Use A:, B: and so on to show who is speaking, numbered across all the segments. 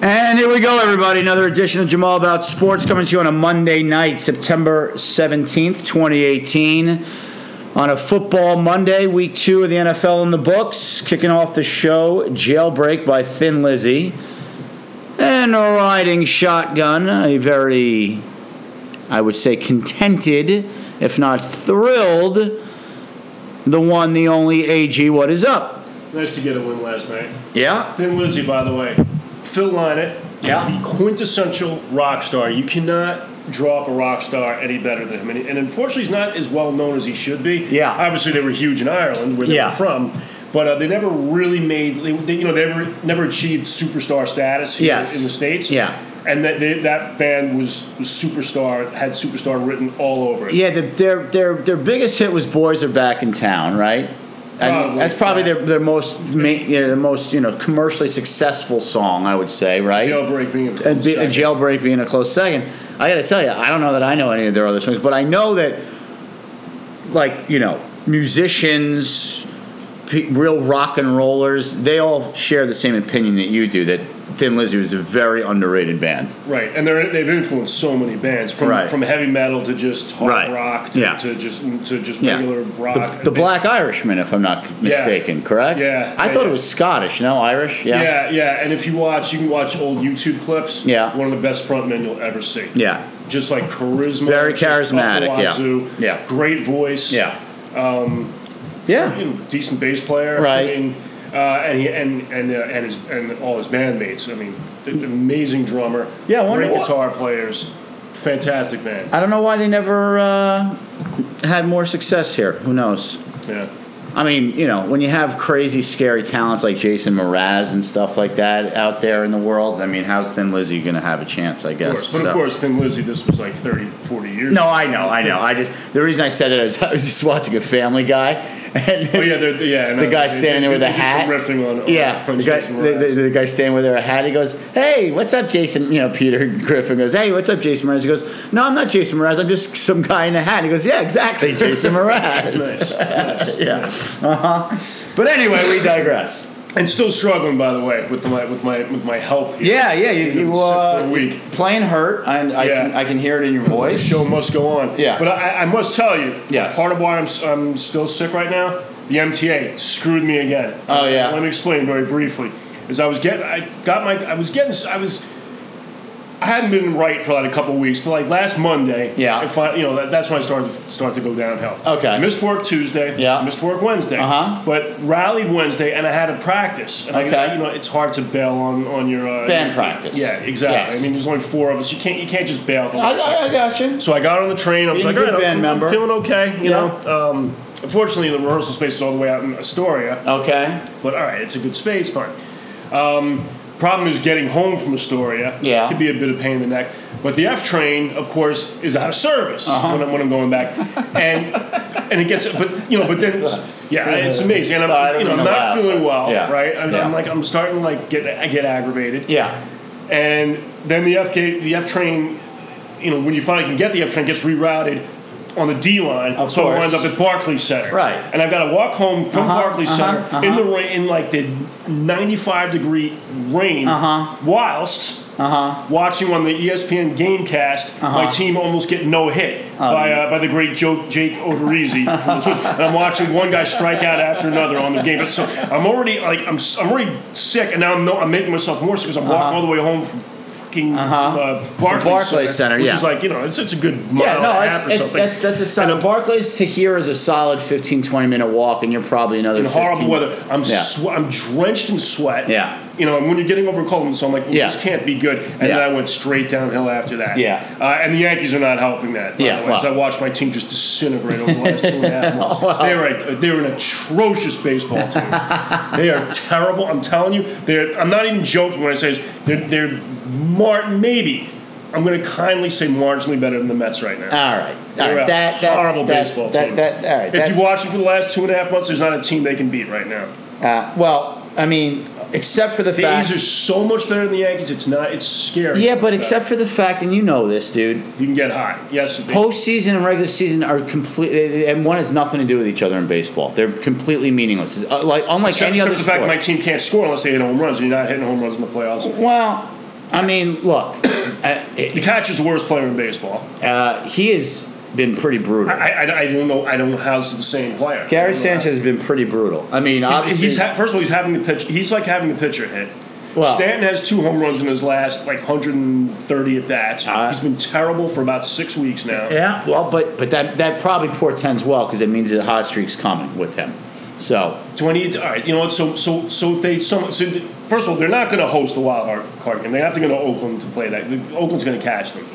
A: And here we go, everybody. Another edition of Jamal About Sports coming to you on a Monday night, September 17th, 2018. On a football Monday, week two of the NFL in the books. Kicking off the show, Jailbreak by Thin Lizzy. And Riding Shotgun, a very, I would say, contented, if not thrilled, the one, the only AG, what is up?
B: Nice to get a win last night.
A: Yeah.
B: Thin Lizzy, by the way, Phil Lynott,
A: Yeah.
B: the quintessential rock star. You cannot draw up a rock star any better than him, and, and unfortunately, he's not as well known as he should be.
A: Yeah.
B: obviously they were huge in Ireland, where they
A: Yeah.
B: were from, but uh, they never really made. They, they- you know, they never never achieved superstar status here
A: Yes.
B: in the states.
A: Yeah.
B: and that they, that band was, was superstar, had superstar written all over it.
A: Yeah, the, their their their biggest hit was "Boys Are Back in Town," right? And
B: Probably.
A: that's probably their their most ma- you know, their most you know commercially successful song, I would say, right?
B: Jailbreak being a close
A: and be, a
B: second.
A: jailbreak being a close second. I got to tell you, I don't know that I know any of their other songs, but I know that, like you know, musicians, pe- real rock and rollers, they all share the same opinion that you do that Thin Lizzy was a very underrated band.
B: Right, and they're, they've influenced so many bands from
A: Right.
B: from heavy metal to just hard
A: Right.
B: rock to,
A: Yeah.
B: to just to just
A: Yeah.
B: regular rock.
A: The, the Black Irishman, if I'm not mistaken, correct?
B: Yeah.
A: I
B: Yeah,
A: thought
B: yeah.
A: it was Scottish, no? Irish? Yeah.
B: yeah, yeah, and if you watch, you can watch old YouTube clips.
A: Yeah.
B: one of the best frontmen you'll ever see.
A: Yeah.
B: just like charisma,
A: Very
B: just up the
A: charismatic, yeah.
B: wazoo,
A: Yeah.
B: great voice.
A: Yeah. yeah.
B: Um, you know, decent bass player.
A: Right.
B: I mean, uh, and he, and and uh, and his and all his bandmates. I mean, an amazing drummer.
A: Yeah, I wonder
B: great
A: what-
B: guitar players. Fantastic band.
A: I don't know why they never uh, had more success here. Who knows?
B: Yeah.
A: I mean, you know, when you have crazy, scary talents like Jason Mraz and stuff like that out there in the world, I mean, how's Thin Lizzy going to have a chance, I guess?
B: Of course. But
A: so.
B: of course, Thin Lizzy, this was like 30, 40 years
A: No, I know, I know. I just the reason I said that is I was just watching a Family Guy, and
B: Oh, yeah, they're, yeah.
A: the guy standing there with a hat.
B: Riffing on, on
A: Yeah, the
B: Punch
A: guy,
B: Jason
A: the,
B: Mraz.
A: the, the guy standing with her hat. He goes, "Hey, what's up, Jason?" You know, Peter Griffin goes, "Hey, what's up, Jason Mraz?" He goes, "No, I'm not Jason Mraz. I'm just some guy in a hat." He goes, "Yeah, exactly, Jason Mraz."
B: Nice, nice.
A: yeah. Uh huh. But anyway, we digress.
B: And still struggling, by the way, with my with my with my health. Here.
A: Yeah, yeah. You,
B: Been
A: you
B: sick
A: uh,
B: for a week.
A: playing hurt, and I,
B: Yeah.
A: can, I can hear it in your voice.
B: Show must go on.
A: Yeah.
B: But I, I must tell you,
A: Yes.
B: part of why I'm, s- I'm still sick right now, the MTA screwed me again.
A: Oh, yeah.
B: Let me explain very briefly. Is I was getting, I got my, I was getting, s- I was, I hadn't been right for like a couple weeks, but like last Monday,
A: Yeah.
B: I fin- you know, that, that's when I started to, start to go downhill.
A: Okay.
B: missed work Tuesday.
A: Yeah.
B: missed work Wednesday.
A: Uh-huh.
B: But rallied Wednesday, and I had a practice. And I-
A: Okay.
B: you know, it's hard to bail on on your uh,
A: Band
B: your-
A: practice.
B: Yeah, exactly.
A: Yes.
B: I mean, there's only four of us. You can't you can't just bail.
A: I, I, I got you.
B: So I got on the train. I was
A: Being
B: like,
A: a
B: all
A: good
B: right, I'm-
A: band
B: I'm
A: member."
B: feeling okay. You
A: Yeah.
B: know, um, unfortunately, the rehearsal space is all the way out in Astoria,
A: Okay.
B: but all right, it's a good space. Fine. Um, problem is getting home from Astoria.
A: Yeah.
B: could be a bit of pain in the neck. But the F train, of course, is out of service
A: Uh-huh.
B: when, I'm, when I'm going back, and and it gets. But you know, but then it's, yeah, it's amazing. And I'm
A: Sorry, I don't
B: you know
A: mean
B: I'm
A: to
B: not
A: laugh,
B: feeling well,
A: yeah.
B: right? I'm,
A: Yeah.
B: I'm like I'm starting to like get I get aggravated.
A: Yeah.
B: And then the FK, the F train, you know, when you finally can get the F train, gets rerouted on the D line,
A: Of
B: so
A: course.
B: it winds up at Barclays Center.
A: Right.
B: And I've got to walk home from
A: Uh-huh,
B: Barclays
A: uh-huh,
B: Center in the rain, in like the 95 degree rain,
A: Uh-huh.
B: whilst watching on the E ESPN GameCast my team almost get no hit by uh, by the great Joe, Jake Odorizzi from the Twins. and I'm watching one guy strike out after another on the game. So I'm already like I'm, s- I'm already sick, and now I'm, no, I'm making myself more sick because I'm walking all the way home from. fucking uh, Barclays,
A: Barclays Center,
B: which
A: yeah.
B: is like you know, it's, it's a good mile
A: Yeah,
B: and a
A: no,
B: half
A: it's,
B: or
A: it's,
B: something.
A: that's that's a sign.
B: And a-
A: Barclays to here is a solid 15, 20 minute walk, and you're probably another.
B: in
A: 15.
B: horrible weather. I'm
A: Yeah.
B: swe- I'm drenched in sweat.
A: Yeah.
B: You know, and when you're getting over a cold, so I'm like, well,
A: Yeah.
B: this can't be good. And then
A: Yeah.
B: I went straight downhill after that.
A: Yeah.
B: Uh, and the Yankees are not helping that. By
A: Yeah,
B: The way.
A: well.
B: So I watched my team just disintegrate over the last two and a half months. They were a, they were an atrocious baseball team. they are terrible. I'm telling you. They're. I'm not even joking when I say this. They're. They're. Mar- maybe. I'm going to kindly say marginally better than the Mets right now.
A: All right, all
B: They're
A: right.
B: a
A: That, that's,
B: horrible
A: that's,
B: baseball
A: that,
B: team.
A: That, all right.
B: if
A: that-
B: you watch them for the last two and a half months, there's not a team they can beat right now.
A: uh, well, I mean, except for the,
B: The
A: fact.
B: A's are so much better than the Yankees. It's not. It's scary.
A: yeah, but except for the fact, and you know this, dude.
B: you can get high. Yes. they-
A: Postseason and regular season are completely, and one has nothing to do with each other in baseball. They're completely meaningless. Uh, like unlike
B: except
A: any
B: except
A: other
B: the fact
A: sport.
B: my team can't score unless they hit home runs. and You're not hitting home runs in the playoffs.
A: well, I mean, look, uh,
B: The
A: it-
B: catcher's the worst player in baseball.
A: uh, he has been pretty brutal.
B: I, I, I don't know. I don't know how this is the same player.
A: Gary Sanchez has been pretty brutal. I mean,
B: He's,
A: obviously,
B: he's ha- first of all, he's having the pitch. He's like having the pitcher hit.
A: Well-
B: Stanton has two home runs in his last like 130 at bats.
A: Uh,
B: he's been terrible for about six weeks now.
A: yeah. Well, but but that that probably portends well because it means the hot streak's coming with him. So
B: Do I need to, all right? You know what? So so so if they some so th- first of all, they're not going to host the wild card- card game. They have to go to Oakland to play that. The- Oakland's going to catch them.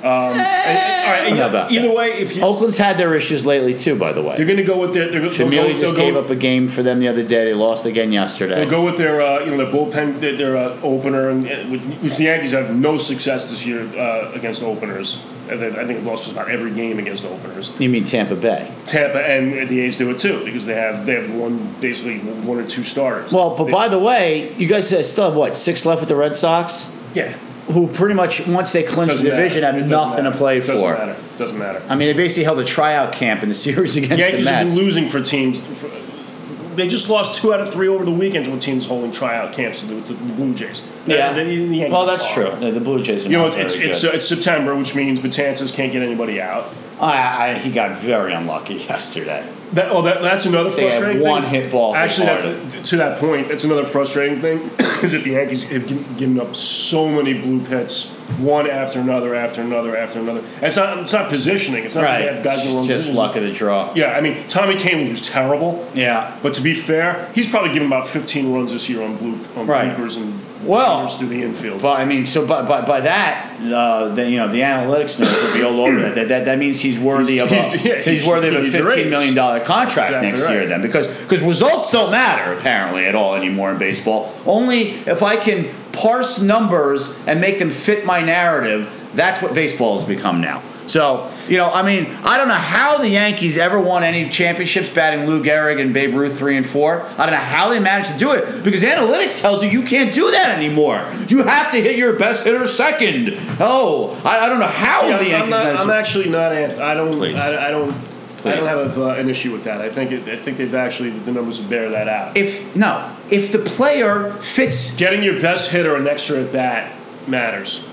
B: Um, and- and- all right.
A: I don't
B: and
A: know about
B: either
A: that.
B: way, if you,
A: Oakland's had their issues lately too. By the way,
B: they're going to go with their, they're, they'll go,
A: Familia just
B: they'll
A: gave
B: go,
A: up a game for them the other day. They lost again yesterday.
B: They'll go with their, uh, you know, their bullpen, their, their uh, opener, and, and with, which the Yankees have no success this year uh, against openers. I think I think they've lost just about every game against openers.
A: You mean Tampa Bay?
B: Tampa and the A's do it too because they have they have one basically one or two starters.
A: Well, but
B: They-
A: by the way, you guys still have what six left with the Red Sox,
B: yeah,
A: who pretty much once they clinch the
B: doesn't matter.
A: division
B: It
A: have
B: doesn't
A: nothing
B: matter.
A: to play
B: doesn't
A: for.
B: Matter. Doesn't matter.
A: I mean, they basically held a tryout camp in the series against
B: Yankees
A: the
B: have been
A: Mets.
B: losing for teams. For, they just lost two out of three over the weekend when teams holding tryout camps to the, to the Blue Jays.
A: yeah.
B: And then the Yankees
A: well, that's
B: are.
A: true. No, the Blue Jays. Are
B: You know,
A: not
B: it's it's,
A: very
B: it's,
A: good.
B: uh, it's September, which means Batanzas can't get anybody out.
A: I, I, he got very unlucky yesterday.
B: That, oh, that, that's another
A: had
B: frustrating
A: one
B: thing.
A: hit ball
B: Actually,
A: hit
B: that's to that point. That's another frustrating thing is that the Yankees have gi- given up so many blue pits, one after another, after another, after another. And It's not. It's not positioning. It's not that they
A: Right.
B: have guys in the
A: Just,
B: wrong
A: just
B: positions.
A: luck of the draw.
B: Yeah, I mean, Tommy Kamen was terrible.
A: Yeah.
B: But to be fair, he's probably given about 15 runs this year on blue on
A: Right.
B: bloopers and
A: Well-
B: bloopers through the infield.
A: But I mean, so by, by, by that, uh, the, you know, the analytics nerds would be all over that. That, that. that means he's worthy of a
B: He's-
A: he's,
B: yeah, he's-
A: worthy of a
B: he's
A: fifteen million dollar contract
B: Exactly
A: next
B: right.
A: year then, because because results don't matter apparently at all anymore in baseball. Only if I can parse numbers and make them fit my narrative, that's what baseball has become now. So you know, I mean, I don't know how the Yankees ever won any championships batting Lou Gehrig and Babe Ruth three and four. I don't know how they managed to do it because analytics tells you you can't do that anymore. You have to hit your best hitter second. Oh, I, I don't know how
B: Yeah,
A: the Yankees
B: I'm, not,
A: managed.
B: I'm
A: to-
B: actually not. Anti- I don't.
A: Please.
B: I, I don't. I
A: Please.
B: don't have uh, an issue with that. I think it, I think they've actually the numbers would bear that out.
A: if no, if the player fits
B: Getting your best hitter an extra at bat matters.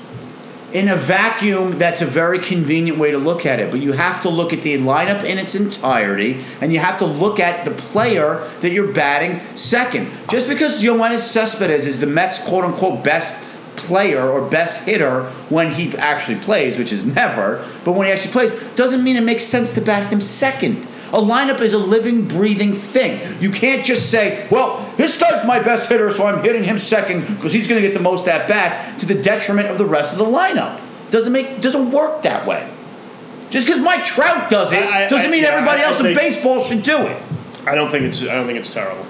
A: in a vacuum, that's a very convenient way to look at it. But you have to look at the lineup in its entirety, and you have to look at the player that you're batting second. Just because Yoenis Cespedes is the Mets' quote unquote best player or best hitter when he actually plays, which is never, but when he actually plays, doesn't mean it makes sense to bat him second. A lineup is a living, breathing thing. You can't just say, well, this guy's my best hitter, so I'm hitting him second because he's going to get the most at bats to the detriment of the rest of the lineup. Doesn't make doesn't work that way. Just because Mike Trout does it
B: I- I-
A: doesn't
B: I-
A: mean
B: yeah,
A: everybody
B: I- I
A: else in
B: think-
A: baseball should do it.
B: I don't think it's. I don't think it's terrible.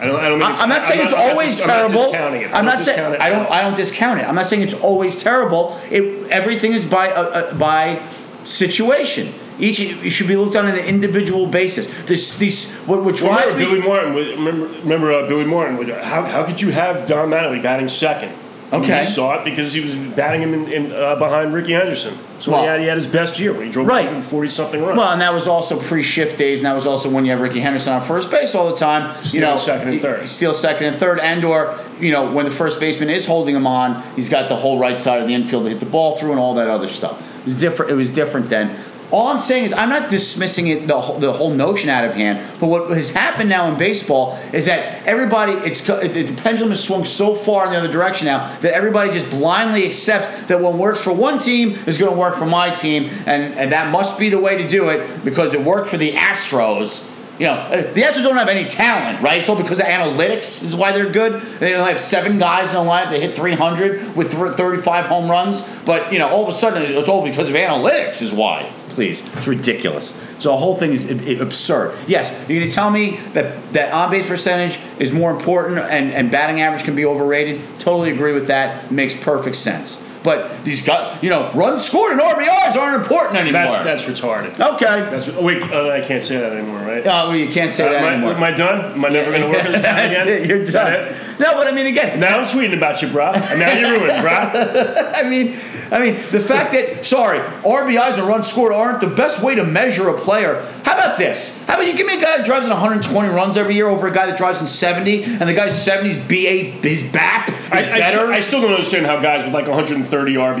B: I don't. I don't. Think
A: I- I'm not saying it's
B: I'm
A: always
B: dis-
A: terrible.
B: I'm not discounting it.
A: I'm not saying
B: discounting it.
A: I don't. I don't discount it. I'm not saying it's always terrible. It everything is by uh, uh, by situation. Each it should be looked on an individual basis. This these what what drives
B: Remember Billy
A: me.
B: Martin. was- Remember, remember uh, Billy Martin. was- How, how could you have Don Mattingly batting second? I mean,
A: Okay.
B: he saw it because he was batting him in, in, uh, behind Ricky Henderson. So
A: Well-
B: he, had, he had his best year when he drove
A: Right.
B: 140 something runs.
A: Well, and that was also pre-shift days, and that was also when you have Ricky Henderson on first base all the time. you
B: Steal
A: know,
B: second and third.
A: steal second and third, and or you know when the first baseman is holding him on, he's got the whole right side of the infield to hit the ball through, and all that other stuff. It was different. It was different then. All I'm saying is I'm not dismissing it the whole, the whole notion out of hand. But what has happened now in baseball is that everybody it's co- it, the pendulum has swung so far in the other direction now that everybody just blindly accepts that what works for one team is going to work for my team, and and that must be the way to do it because it worked for the Astros. You know, uh, the Astros don't have any talent, right? It's all because of analytics is why they're good. They only have seven guys in the lineup that hit 300 with thr- 35 home runs. But, you know, all of a sudden, it's all because of analytics is why. Please. It's ridiculous. So the whole thing is ab- ab- absurd. Yes, you're going to tell me that, that on-base percentage is more important and, and batting average can be overrated? Totally agree with that. Makes perfect sense. But these guys, you know, runs scored and RBIs aren't important anymore.
B: that's that's retarded.
A: okay.
B: That's oh, wait. Uh, I can't say that anymore, right?
A: Uh, well, you can't say that
B: am, I,
A: anymore.
B: am I done? Am I never going to work at this time
A: That's
B: again?
A: it. You're
B: Is that
A: done.
B: it?
A: No, but I mean, again,
B: Now I'm tweeting about you, brah. And now you're ruined, brah.
A: I mean, I mean, the fact that sorry, RBIs and runs scored aren't the best way to measure a player. How about this? How about you give me a guy that drives in 120 runs every year over a guy that drives in 70, and the guy's 70 is BA his BAP,
B: I, I,
A: better?
B: st- I still don't understand how guys with like 130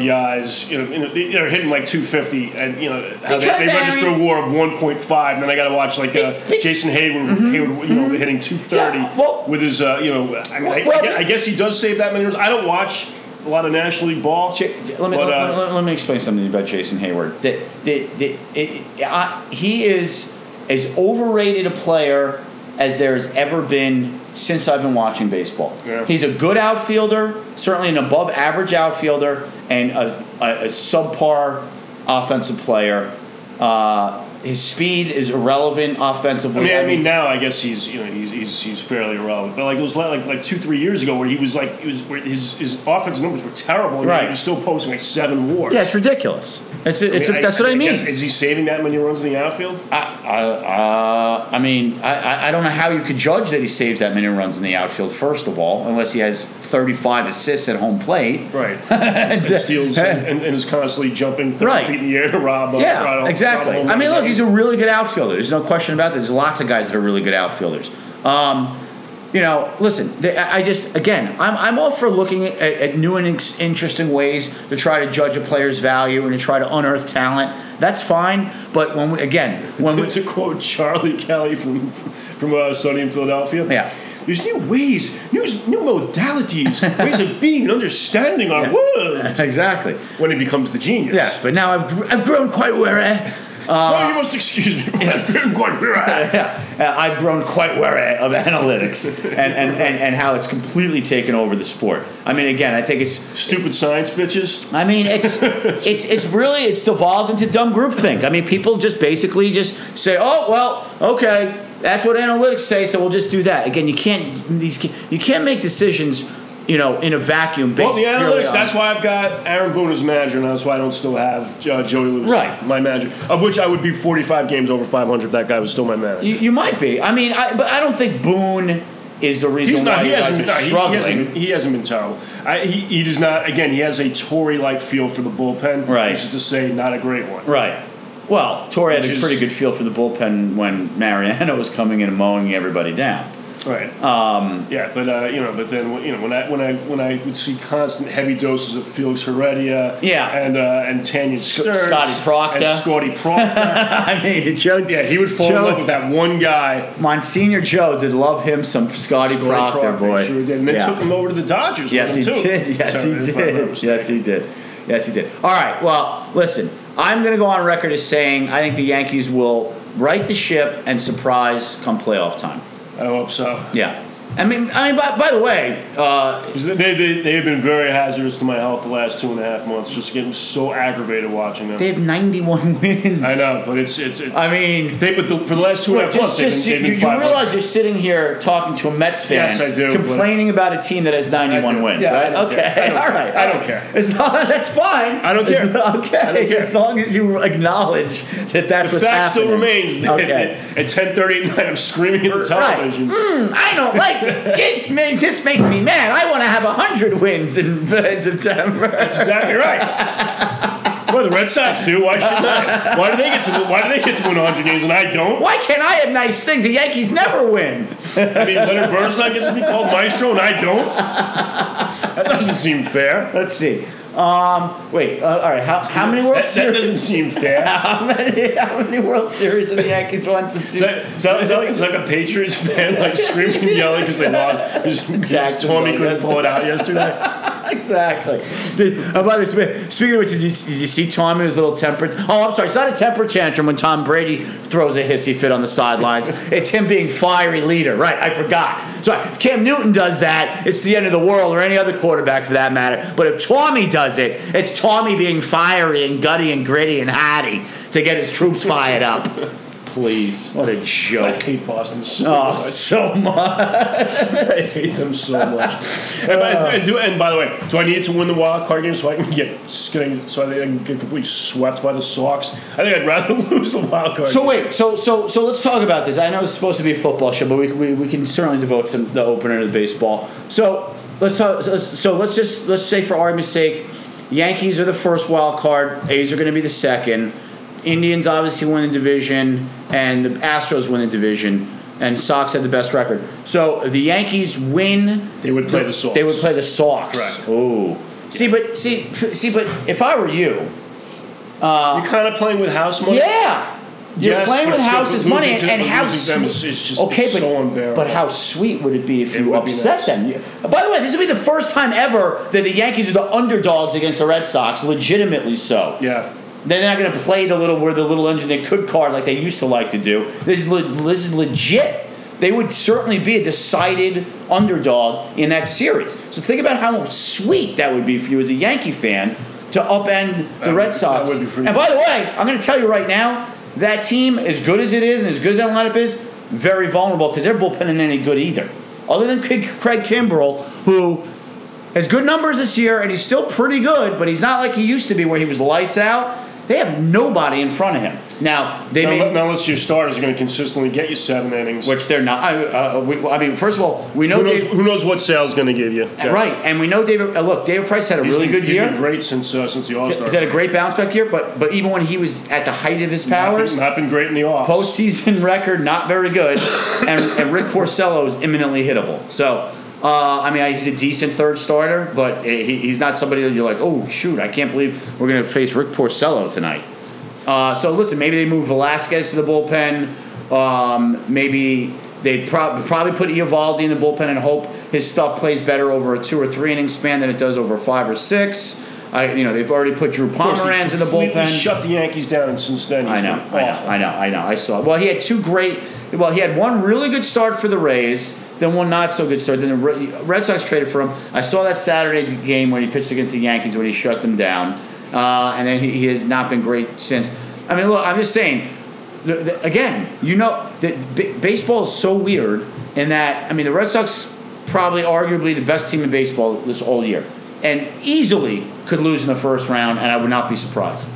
B: RBIs, you know, you know, they- they're hitting like 250, and you know how they,
A: Because,
B: they register
A: Aaron-
B: a WAR of 1.5. And then I got to watch like uh,
A: Be- be-
B: Jason Hayward, Hayward, you know, hitting 230
A: Yeah, well-
B: with his, uh, you know, I mean, I- I,
A: Well-
B: gue- I guess he does save that many runs. I don't watch a lot of National League ball.
A: Ch- Let me,
B: but,
A: let,
B: uh,
A: let- let me explain something about Jason Hayward. The, the, the, it, I, he is as overrated a player as there has ever been since I've been watching baseball.
B: Yeah.
A: He's a good outfielder, certainly an above average outfielder, and a, a, a subpar offensive player. Uh, his speed is irrelevant offensively.
B: I mean, I mean, now I guess he's you know he's he's, he's fairly irrelevant. But like those la- like like two three years ago where he was like it was where his his offensive numbers were terrible. And
A: Right.
B: He was still posting like seven WAR.
A: yeah, it's ridiculous. It's, it's, that's what I mean.
B: guess- is he saving that many runs in the outfield?
A: I, I, uh, I mean, I, I- I don't know how you could judge that he saves that many runs in the outfield, first of all, unless he has 35 assists at home plate.
B: Right. and, and steals and, and, and is constantly jumping thirty
A: Right.
B: feet in the air to rob. uh, rob
A: Yeah,
B: a-
A: exactly.
B: rob a home
A: I mean,
B: run.
A: look, he's a really good outfielder. There's no question about that. There's lots of guys that are really good outfielders. Um, you know, listen, the- I I just, again, I'm, I'm all for looking at, at new and ex- interesting ways to try to judge a player's value and to try to unearth talent. That's fine. But when we, again, when we,
B: to quote Charlie Kelly from from uh, Sunny in Philadelphia.
A: Yeah.
B: There's new ways, new new modalities, ways of being and understanding our
A: Yes.
B: world.
A: exactly.
B: When he becomes the genius.
A: Yes, but now I've, gr- I've grown quite wary. uh,
B: oh, you must excuse me. Yes. I'm quite where I am.
A: yeah, uh, I've grown quite wary of analytics and, and, and, and how it's completely taken over the sport. I mean, again, I think it's
B: Stupid science bitches.
A: I mean, it's it's it's really it's devolved into dumb groupthink. I mean, people just basically just say, "Oh, well, okay, that's what analytics say, so we'll just do that." Again, you can't these ca- you can't make decisions, you know, in a vacuum based.
B: Well, the
A: purely
B: analytics,
A: on-
B: that's why I've got Aaron Boone as manager, and that's why I don't still have uh, Joey Lewis,
A: Right.
B: my manager, of which I would be 45 games over 500 if that guy was still my manager.
A: you, you might be. I mean, I, but I don't think Boone is the reason
B: He's not.
A: why
B: He
A: you guys
B: hasn't,
A: are
B: no, he, he
A: struggling.
B: hasn't. been- He hasn't been terrible. I, he, he does not. Again, he has a Tory-like feel for the bullpen.
A: Right.
B: Which is to say, not a great one.
A: Right. Well, Torrey had
B: Which
A: a
B: is-
A: pretty good feel for the bullpen when Mariano was coming in and mowing everybody down.
B: Right. Um, yeah, but uh, you know, but then you know, when I when I when I would see constant heavy doses of Felix Heredia.
A: Yeah.
B: And uh, and Tanya Stearns.
A: Scotty Proctor.
B: And Scotty Proctor.
A: I mean, Joe.
B: yeah, he would fall in
A: Joe-
B: love with that one guy.
A: Monsignor Joe did love him some Scotty
B: Scotty
A: Proctor, boy.
B: Sure did. And then
A: Yeah.
B: took him over to the Dodgers.
A: Yes, he
B: with him too.
A: did. Yes, he
B: If I'm not
A: did.
B: mistaken.
A: Yes, he did. Yes, he did. All right. Well, listen. I'm going to go on record as saying I think the Yankees will right the ship and surprise come playoff time.
B: I hope so.
A: Yeah. I mean, I mean. By, by the way, uh,
B: Because They, they, they have been very hazardous to my health the last two and a half months, just getting so aggravated watching them.
A: they have 91 wins.
B: I know, but it's. it's, it's
A: I mean,
B: they, but the, for the last two and a
A: Wait,
B: half
A: just,
B: months,
A: just-
B: they've been,
A: you,
B: they've been
A: you
B: 500.
A: realize you're sitting here talking to a Mets fan,
B: Yes, I do, but-
A: complaining about a team that has 91
B: I do.
A: wins,
B: Yeah, I
A: right?
B: don't care. I
A: Okay,
B: don't
A: all
B: care.
A: right.
B: I don't care.
A: As long, that's fine.
B: I don't
A: As-
B: care.
A: okay,
B: I don't care.
A: as long as you acknowledge that that's
B: the
A: what's
B: fact
A: happening.
B: still remains that
A: Okay.
B: at 10.30 at night, I'm screaming at the
A: Right.
B: television.
A: Mm, I don't like it. ma- This makes me mad. I want to have hundred wins in, in September.
B: That's exactly right. Well, the Red Sox do. Why shouldn't I? Why do they get to? Why do they get to win 100 games and I don't?
A: Why can't I have nice things? The Yankees never win.
B: I mean, Leonard Bernstein gets to be called Maestro and I don't. That doesn't seem fair.
A: Let's see. Um, wait. Uh, all right. How, how many World
B: That, that
A: Series?
B: doesn't seem fair.
A: How many, how many World Series have the Yankees won since
B: Is
A: you?
B: that, is, that, is that like, is that like a Patriots fan like screaming and yelling because they lost? Just, just
A: Jacksonville,
B: Tommy couldn't pull it out yesterday.
A: Exactly. oh, Did, how about this? Speaking of which, did you, did you see Tom in his little temper? Oh, I'm sorry. It's not a temper tantrum when Tom Brady throws a hissy fit on the sidelines. it's him being fiery leader. Right. I forgot. So if Cam Newton does that, it's the end of the world, or any other quarterback for that matter. But if Tommy does it, it's Tommy being fiery and gutty and gritty and hatty to get his troops fired up. Please. What a
B: I
A: joke.
B: hate Boston so
A: Oh,
B: much.
A: so much.
B: I hate them so much. And, by, and, do, and by the way, do I need to win the wild card game so I can get so I can get completely swept by the Sox? I think I'd rather lose the wild card.
A: So wait, so so so let's talk about this. I know it's supposed to be a football show, but we, we, we can certainly devote some the opener to baseball. So let's talk, so, so let's just let's say for argument's sake, Yankees are the first wild card. A's are going to be the second. Indians obviously win the division, and the Astros win the division. and Sox had the best record. So if the Yankees win,
B: They would play the Sox.
A: They would play the Sox.
B: Correct.
A: Ooh. See, but see, see, but if I were you,
B: You're kind of playing with house money.
A: yeah, you're
B: Yes,
A: playing
B: but
A: with
B: still,
A: house's
B: losing
A: money, and,
B: to them-
A: and how
B: losing them
A: sweet.
B: is- is just-
A: okay,
B: it's
A: but
B: so unbearable.
A: but how sweet would it be if
B: It
A: you
B: would be
A: upset
B: nice.
A: them? You- By the way, this will be the first time ever that the Yankees are the underdogs against the Red Sox, legitimately so.
B: Yeah.
A: They're not going to play the little where the little engine they could card like they used to like to do. This is le- this is legit. They would certainly be a decided underdog in that series. So think about how sweet that would be for you as a Yankee fan to upend the
B: That
A: Red
B: would-
A: Sox.
B: that would be pretty
A: and by the way, I'm going to tell you right now, that team, as good as it is and as good as that lineup is, very vulnerable because their bullpen ain't any good either. Other than Craig Craig Kimbrell, who has good numbers this year, and he's still pretty good, but he's not like he used to be where he was lights out. They have nobody in front of him. Now, they
B: Now,
A: may,
B: now, unless your starters are going to consistently get you seven innings.
A: which they're not. I, uh, we, I mean, first of all, we know
B: who knows,
A: Dave-
B: who knows what Sal's going to give you? Yeah.
A: right, and we know David. Uh, look, David Price had a
B: He's
A: really
B: been-
A: good
B: he's
A: year.
B: been great since uh, since the All
A: He's had
B: Star.
A: a great bounce back year, but but even when he was at the height of his powers,
B: Not been great in the off.
A: postseason record not very good, and, and Rick Porcello is imminently hittable. So, uh, I mean, I- he's a decent third starter, but he, he's not somebody that you're like, oh shoot, I can't believe we're going to face Rick Porcello tonight. Uh, so listen, maybe they move Velasquez to the bullpen. Um, maybe they prob- probably put Ivaldi in the bullpen and hope his stuff plays better over a two or three inning span than it does over five or six. I, you know, they've already put Drew Pomeranz in the
B: Completely
A: bullpen.
B: Shut the Yankees down, and since then he's
A: I know,
B: been
A: I know,
B: awful.
A: I know, I know. I saw. Well, he had two great. Well, he had one really good start for the Rays, then one not so good start. Then the Re- Red Sox traded for him. I saw that Saturday game when he pitched against the Yankees when he shut them down, uh, and then he, he has not been great since. I mean, look, I'm just saying. The, the, again, you know, the, b- baseball is so weird in that I mean, the Red Sox probably arguably the best team in baseball this whole year, and easily could lose in the first round, and I would not be surprised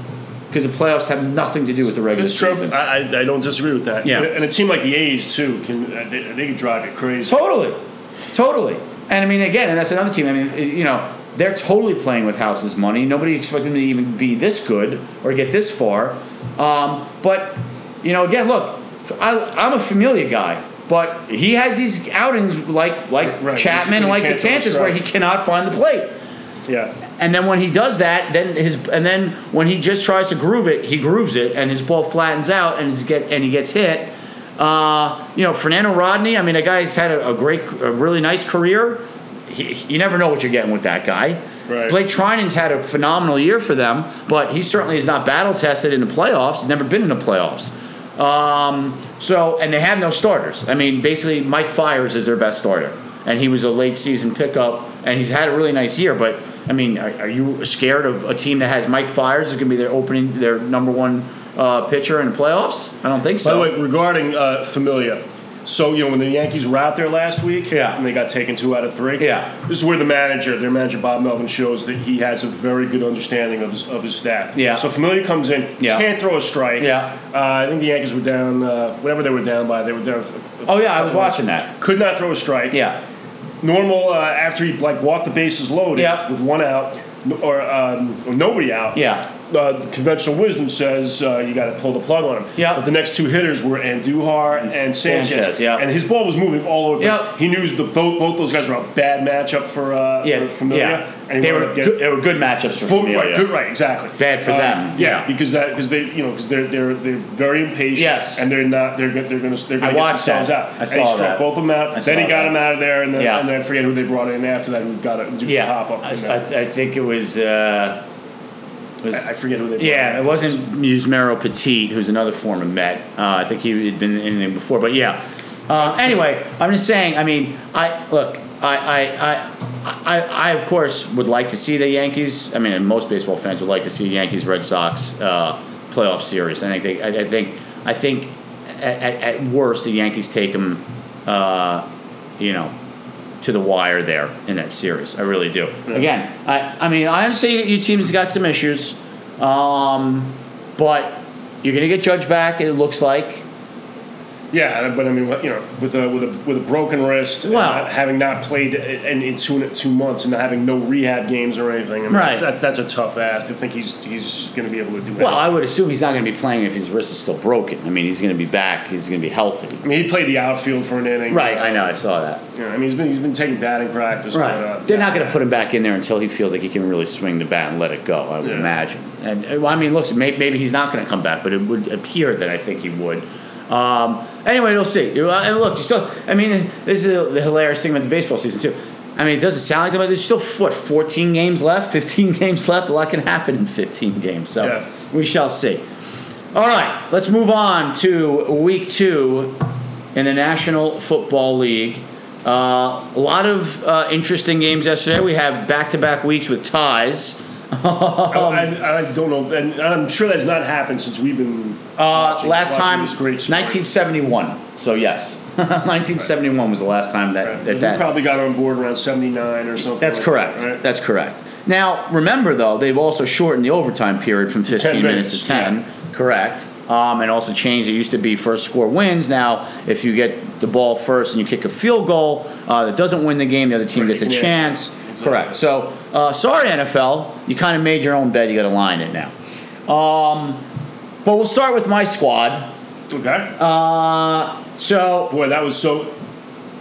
A: because the playoffs have nothing to do with the regular
B: It's true.
A: season.
B: I, I I don't disagree with that.
A: Yeah.
B: And, and a team like the A's too can uh, they, they can drive you crazy.
A: Totally, totally. And I mean, again, and that's another team. I mean, it- you know, they're totally playing with house's money. Nobody expected them to even be this good or get this far. Um, but you know, again, look, I, I'm a familiar guy, but he has these outings like like
B: Right.
A: Chapman,
B: You
A: like
B: can't
A: Batanzas, where he cannot find the plate.
B: Yeah.
A: And then when he does that, then his and then when he just tries to groove it, he grooves it, and his ball flattens out, and he's get and he gets hit. Uh, you know, Fernando Rodney. I mean, a guy's had a, a great, a really nice career. He, you never know what you're getting with that guy.
B: Right.
A: Blake Trinan's had a phenomenal year for them, but he certainly is not battle tested in the playoffs. He's never been in the playoffs. Um, so, and they have no starters. I mean, basically, Mike Fires is their best starter, and he was a late season pickup, and he's had a really nice year. But I mean, are, are you scared of a team that has Mike Fires is going to be their opening, their number one uh, pitcher in playoffs? I don't think so.
B: By the way, regarding uh, Familia, so you know when the Yankees were out there last week,
A: Yeah.
B: and they got taken two out of three,
A: Yeah.
B: This is where the manager, their manager Bob Melvin, shows that he has a very good understanding of his of his staff.
A: Yeah.
B: So Familia comes in,
A: Yeah.
B: can't throw a strike.
A: Yeah.
B: Uh, I think the Yankees were down, uh, whatever they were down by, they were down. uh,
A: oh yeah, I was watching that.
B: Could not throw a strike.
A: Yeah,
B: Normal uh, after he like walked the bases loaded
A: Yeah.
B: with one out n- or, um, or nobody out
A: yeah.
B: uh, conventional wisdom says uh, you got to pull the plug on him.
A: Yeah.
B: But the next two hitters were Andujar and, Sanchez.
A: Sanchez, yeah.
B: And his ball was moving all over. the
A: Yeah.
B: place. He knew the, both, both those guys were a bad matchup for, uh,
A: Yeah,
B: for Familia.
A: yeah.
B: And he
A: they
B: wound
A: were
B: up getting-
A: good, they were good matchups for
B: Full-
A: Familia.
B: right, good, right, exactly.
A: Bad for
B: Uh,
A: them,
B: Yeah,
A: yeah.
B: because that because they you know because they're they're they're very impatient.
A: Yes.
B: and they're not they're go- they're gonna they're gonna
A: I
B: get
A: watched
B: themselves
A: that.
B: out.
A: I
B: and
A: saw
B: he struck
A: that.
B: both of them
A: I
B: out. Then he
A: saw
B: got
A: that.
B: him out of there, and then
A: Yeah.
B: and then I forget who they brought in after that who got a juice
A: Yeah,
B: pop up.
A: I,
B: in there.
A: I, I think it was. Uh, was
B: I, I forget who they. Brought
A: Yeah,
B: in.
A: it wasn't Musmero Petit, who's another former Met. Uh, I think he had been in it before, but yeah. Uh, anyway, I'm just saying. I mean, I look. I, I, I, I, I, of course, would like to see the Yankees. I mean, and most baseball fans would like to see Yankees Red Sox uh, playoff series. I think. They, I, I think. I think. At, at, at worst, the Yankees take them. Uh, you know, to the wire there in that series. I really do. Again, I, I mean, I understand your team's got some issues, um, but you're going to get Judge back, it looks like.
B: Yeah, but I mean, what- you know, with a with a with a broken wrist, and
A: Well-
B: not- having not played in, in two two months and not having no rehab games or anything, I mean,
A: Right.
B: That's, that's a tough ass to think he's he's going to be able to do.
A: Well,
B: anything.
A: I would assume he's not going to be playing if his wrist is still broken. I mean, he's going to be back. He's going to be healthy.
B: I mean, he played the outfield for an inning.
A: Right. I know. I saw that.
B: You know, I mean, he's been he's been taking batting practice. But, uh,
A: They're not going to put him back in there until he feels like he can really swing the bat and let it go. I would
B: Yeah.
A: imagine. And uh, well, I mean, look, may- maybe he's not going to come back, but it would appear that I think he would. Um, anyway, we'll see. You- uh, And look, you still. I mean, this is the hilarious thing about the baseball season too. I mean, it doesn't sound like that, but there's still what 14 games left, 15 games left. A lot can happen in 15 games, so
B: Yeah.
A: we shall see. All right, let's move on to week two in the National Football League. Uh, a lot of uh, interesting games yesterday. We have back to back weeks with ties. um,
B: I, I, I don't know, and I'm sure that's not happened since we've been
A: Uh,
B: watching-
A: last
B: watching
A: time,
B: this great sport.
A: 1971. So, yes, 1971 was the last time that,
B: Right.
A: that,
B: We
A: that
B: probably got on board around 79 or something.
A: That's
B: like
A: correct.
B: that, right?
A: That's correct. Now, remember though, they've also shortened the overtime period from 15 minutes,
B: minutes,
A: to 10. Correct. Um, and also changed. It used to be first score wins. Now, if you get the ball first and you kick a field goal uh, that doesn't win the game, the other team
B: Right,
A: gets a
B: you can
A: chance. Correct. So, uh, sorry, NFL. You kind of made your own bed. You got to line it now. Um, but we'll start with my squad.
B: Okay.
A: So,
B: Boy, that was so.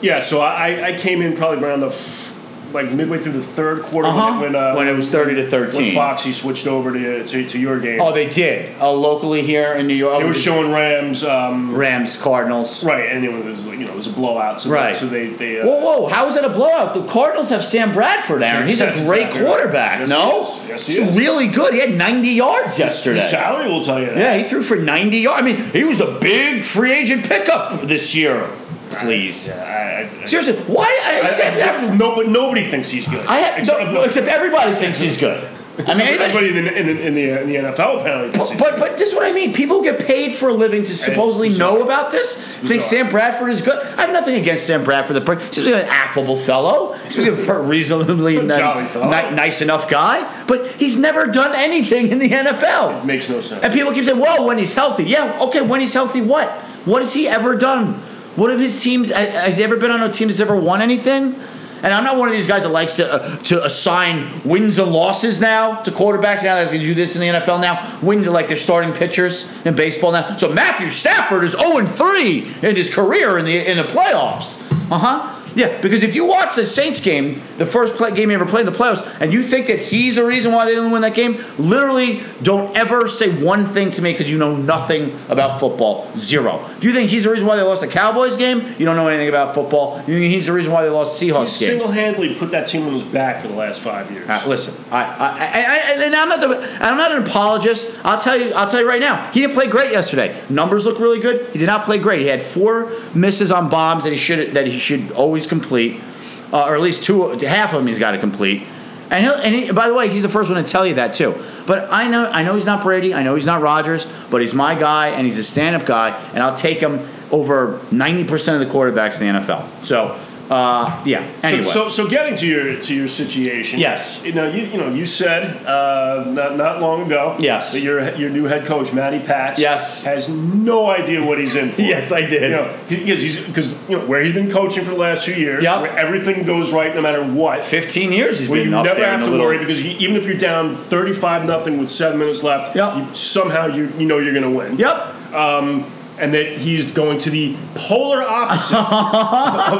B: Yeah, so I, I came in probably around the f- like midway through the third quarter
A: Uh-huh.
B: when, when, uh,
A: When it was 30 to 13.
B: When Foxy switched over to to, to your game,
A: oh, they did. Uh, locally here in New York, Oh,
B: they were showing Rams. Um,
A: Rams, Cardinals.
B: Right, and it was like, you know it was a blowout. So
A: Right.
B: So they they. Uh,
A: Whoa, whoa! How is that a blowout? The Cardinals have Sam Bradford, Aaron. He's a
B: Yes,
A: great
B: exactly.
A: quarterback.
B: Yes,
A: no,
B: he is. Yes, he
A: he's
B: is.
A: really good. He had 90 yards yesterday.
B: his salary will tell you that.
A: Yeah, he threw for 90 yards. I mean, he was the big free agent pickup this year. Please,
B: Yeah, I, I,
A: seriously, why? I,
B: I,
A: Sam
B: I,
A: Bradford-
B: no, but nobody thinks he's good.
A: I have
B: Except-
A: no, no, except everybody thinks he's good. I mean, anybody.
B: everybody in the, in, the, in, the, in the NFL apparently. thinks
A: But, but
B: he's
A: but this is what I mean. People who get paid for a living to supposedly
B: bizarre.
A: know about this think
B: bizarre.
A: Sam Bradford is good. I have nothing against Sam Bradford. The per- he seems like an affable fellow. He seems like a per- reasonably ni-
B: Jolly fellow.
A: ni- nice enough guy. But he's never done anything in the NFL.
B: makes no sense.
A: And people keep saying, "Well, when he's healthy, yeah, okay. When he's healthy, what? What has he ever done? What of his teams has- has he ever been on a team that's ever won anything?" And I'm not one of these guys that likes to uh, to assign wins and losses now to quarterbacks. Now that they do this in the NFL, now wins are like their starting pitchers in baseball now. So Matthew Stafford is 0 3 in his career in the in the playoffs. Uh huh. Yeah, because if you watch the Saints game, the first play, game he ever played in the playoffs, and you think that he's the reason why they didn't win that game, literally don't ever say one thing to me because you know nothing about football. Zero. If you think he's the reason why they lost the Cowboys game, you don't know anything about football. You think he's the reason why they lost the Seahawks game.
B: single-handedly put that team on his back for the last five years.
A: Uh, listen, I, I, I, I, and I'm not the, I'm not an apologist. I'll tell you, I'll tell you right now. He didn't play great yesterday. Numbers look really good. He did not play great. He had four misses on bombs that he should that he should always complete, uh, or at least two half of them he's got to complete. And he'll, and he, by the way, he's the first one to tell you that too. But I know, I know he's not Brady. I know he's not Rogers. But he's my guy, and he's a stand-up guy, and I'll take him over 90% of the quarterbacks in the NFL. So, uh, yeah. Anyway.
B: So, so, so getting to your to your situation.
A: Yes.
B: You know, you, you know, you said uh, not, not long ago.
A: Yes.
B: That your your new head coach, Matty Pats.
A: Yes.
B: Has no idea what he's in for.
A: I did.
B: You know, because he's because you know where he's been coaching for the last few years.
A: Yep.
B: Where everything goes right no matter what.
A: 15 years he's
B: Where
A: been
B: you
A: up
B: never
A: there in
B: have
A: the
B: to
A: little-
B: worry because you, even if you're down thirty-five nothing with seven minutes left,
A: Yep.
B: you, somehow you you know you're going to win.
A: Yep.
B: and that he's going to the polar opposite of,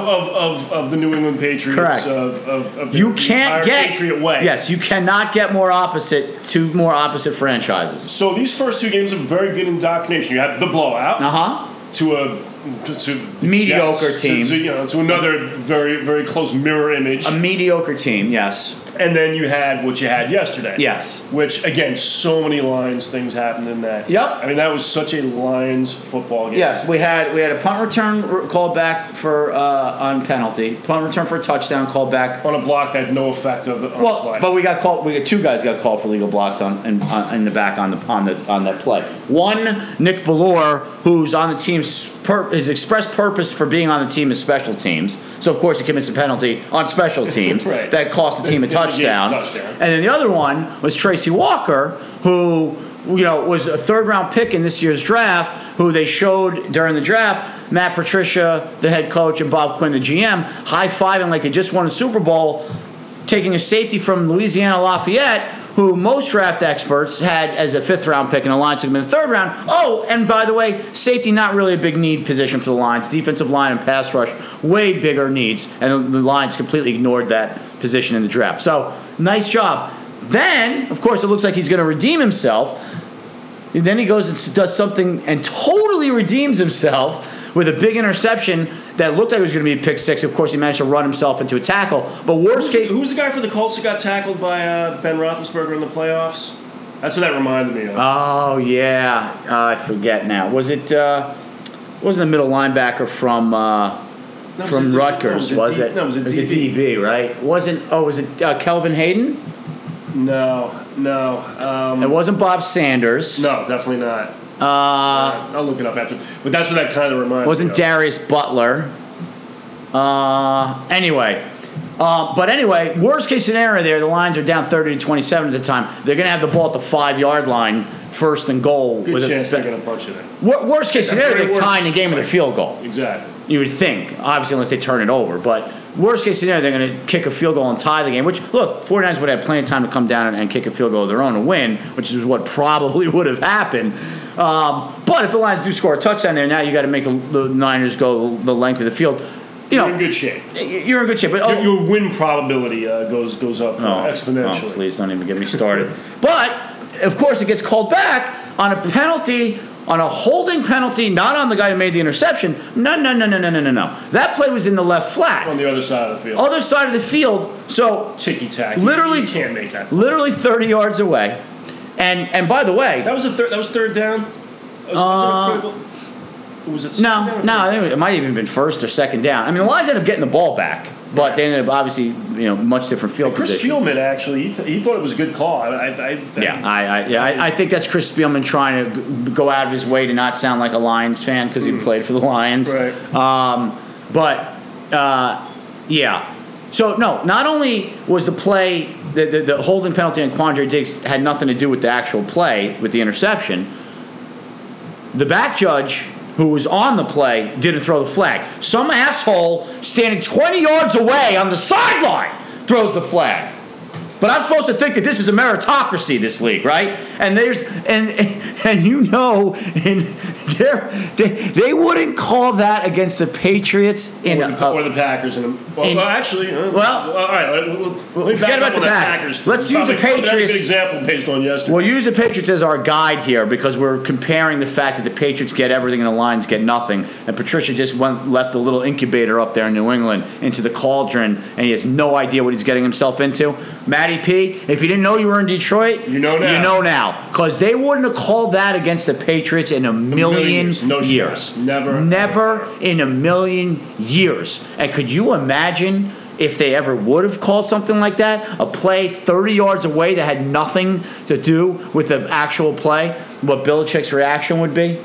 B: of, of, of the New England Patriots.
A: Correct.
B: Of, of, of the
A: You can't
B: entire
A: get
B: Patriot way.
A: Yes, you cannot get more opposite two more opposite franchises.
B: So these first two games are very good indoctrination. You had the blowout
A: Uh huh.
B: to a to- to
A: Mediocre
B: Jets, to-
A: team. Um,
B: To, you know, to another very very close mirror image,
A: A mediocre team. Yes.
B: and then you had what you had yesterday.
A: Yes.
B: Which again, so many Lions things happened in that.
A: Yep.
B: I mean, that was such a Lions football game.
A: Yes, we had we had a punt return r- called back for uh, on penalty, punt return for a touchdown called back.
B: On a block that had no effect of the on the
A: Well,
B: play.
A: but we got called. We got two guys got called for legal blocks on in, on, in the back on the on the on that play. One, Nick Ballore, who's on the team's pur- his express purpose for being on the team is special teams. So of course he commits a penalty on special teams
B: Right.
A: that cost the team a
B: That negates the
A: touchdown.
B: touchdown.
A: And then the other one was Tracy Walker, who you know was a third round pick in this year's draft, who they showed during the draft Matt Patricia, the head coach, and Bob Quinn, the GM, high fiving like they just won a Super Bowl, taking a safety from Louisiana Lafayette, who most draft experts had as a fifth round pick, and the Lions took him in the third round. Oh, and by the way, safety not really a big need position for the Lions. Defensive line and pass rush, way bigger needs, and the Lions completely ignored that position in the draft. So nice job. Then, of course, it looks like he's going to redeem himself. And then he goes and s- does something and totally redeems himself with a big interception that looked like it was going to be a pick six. Of course, he managed to run himself into a tackle. But worst
B: Who's,
A: case,
B: who's the guy for the Colts that got tackled by uh, Ben Roethlisberger in the playoffs? That's what that reminded me of.
A: Oh yeah, uh, I forget now. Was it uh, wasn't a middle linebacker from uh,
B: No, it was
A: from
B: a-
A: Rutgers? Was
B: D-
A: it?
B: No, it was a
A: a
B: DB.
A: DB, right? Wasn't? Oh, was it uh, Kelvin Hayden?
B: No, no, um,
A: It wasn't Bob Sanders.
B: no, definitely not.
A: Uh,
B: I'll look it up after. But that's what that kind of reminded
A: wasn't
B: me. of.
A: Darius Butler. Uh, anyway. Uh, but anyway, worst case scenario there, the Lions are down 30 to 27 at the time. They're going to have the ball at the five yard line, first and goal.
B: Good
A: with
B: chance
A: a,
B: they're going to punch it in.
A: Wor- worst case scenario,
B: very
A: they're
B: worst-
A: tying the game with a field goal.
B: Exactly.
A: you would think, obviously, unless they turn it over. But worst case scenario, they're going to kick a field goal and tie the game, which, look, 49ers would have plenty of time to come down and, and kick a field goal of their own to win, which is what probably would have happened. Um, but if the Lions do score a touchdown there, now you got to make the, the Niners go the length of the field. You
B: You're in
A: know,
B: good shape.
A: you're in good shape. But,
B: Your,
A: oh,
B: your win probability uh, goes goes up
A: Oh,
B: exponentially.
A: oh, please don't even get me started. but of course, it gets called back on a penalty, on a holding penalty, not on the guy who made the interception. No, no, no, no, no, no, no, no. That play was in the left
B: on
A: flat,
B: the other side of the field.
A: other side of the field. So
B: Ticky tack.
A: Oh, Literally-
B: you can't make that.
A: literally 30 yards away. And and by the way,
B: That was a third. That was third down. That was, was it a critical- was it second down
A: Uh, no,
B: or
A: no, I
B: third?
A: think it might have even been first or second down. I mean, the Lions ended up getting the ball back, but they ended up obviously, you know, much different field
B: Chris
A: position.
B: Spielman actually, he, th- he thought it was a good call. I, I, I,
A: Yeah, I, I, yeah, I, I think that's Chris Spielman trying to g- go out of his way to not sound like a Lions fan because he played for the Lions.
B: Hmm. Right.
A: Um, but uh, yeah, so no, not only was the play the, the, the holding penalty on Quandre Diggs had nothing to do with the actual play with the interception. The back judge who was on the play didn't throw the flag. Some asshole standing 20 yards away on the sideline throws the flag. But I'm supposed to think that this is a meritocracy, this league, right? And there's and and you know, in there they, they wouldn't call that against the Patriots in
B: or, the,
A: a,
B: or the Packers. And well,
A: in-
B: well, actually, uh,
A: well,
B: all right. Let, let, let me
A: forget
B: back
A: about
B: up
A: the
B: on that
A: Packers.
B: Packers.
A: Let's use the
B: Probably- That's a
A: Patriots.
B: good example based on yesterday.
A: We'll use the Patriots as our guide here because we're comparing the fact that the Patriots get everything and the Lions get nothing. And Patricia just went, left a little incubator up there in New England into the cauldron, and he has no idea what he's getting himself into. Matty P, if you didn't know you were in Detroit,
B: You know now.
A: You know now. Because they wouldn't have called that against the Patriots in a million,
B: years. No shot.
A: years.
B: Never.
A: Never in a million years. And could you imagine if they ever would have called something like that? A play 30 yards away that had nothing to do with the actual play? What Belichick's reaction would be?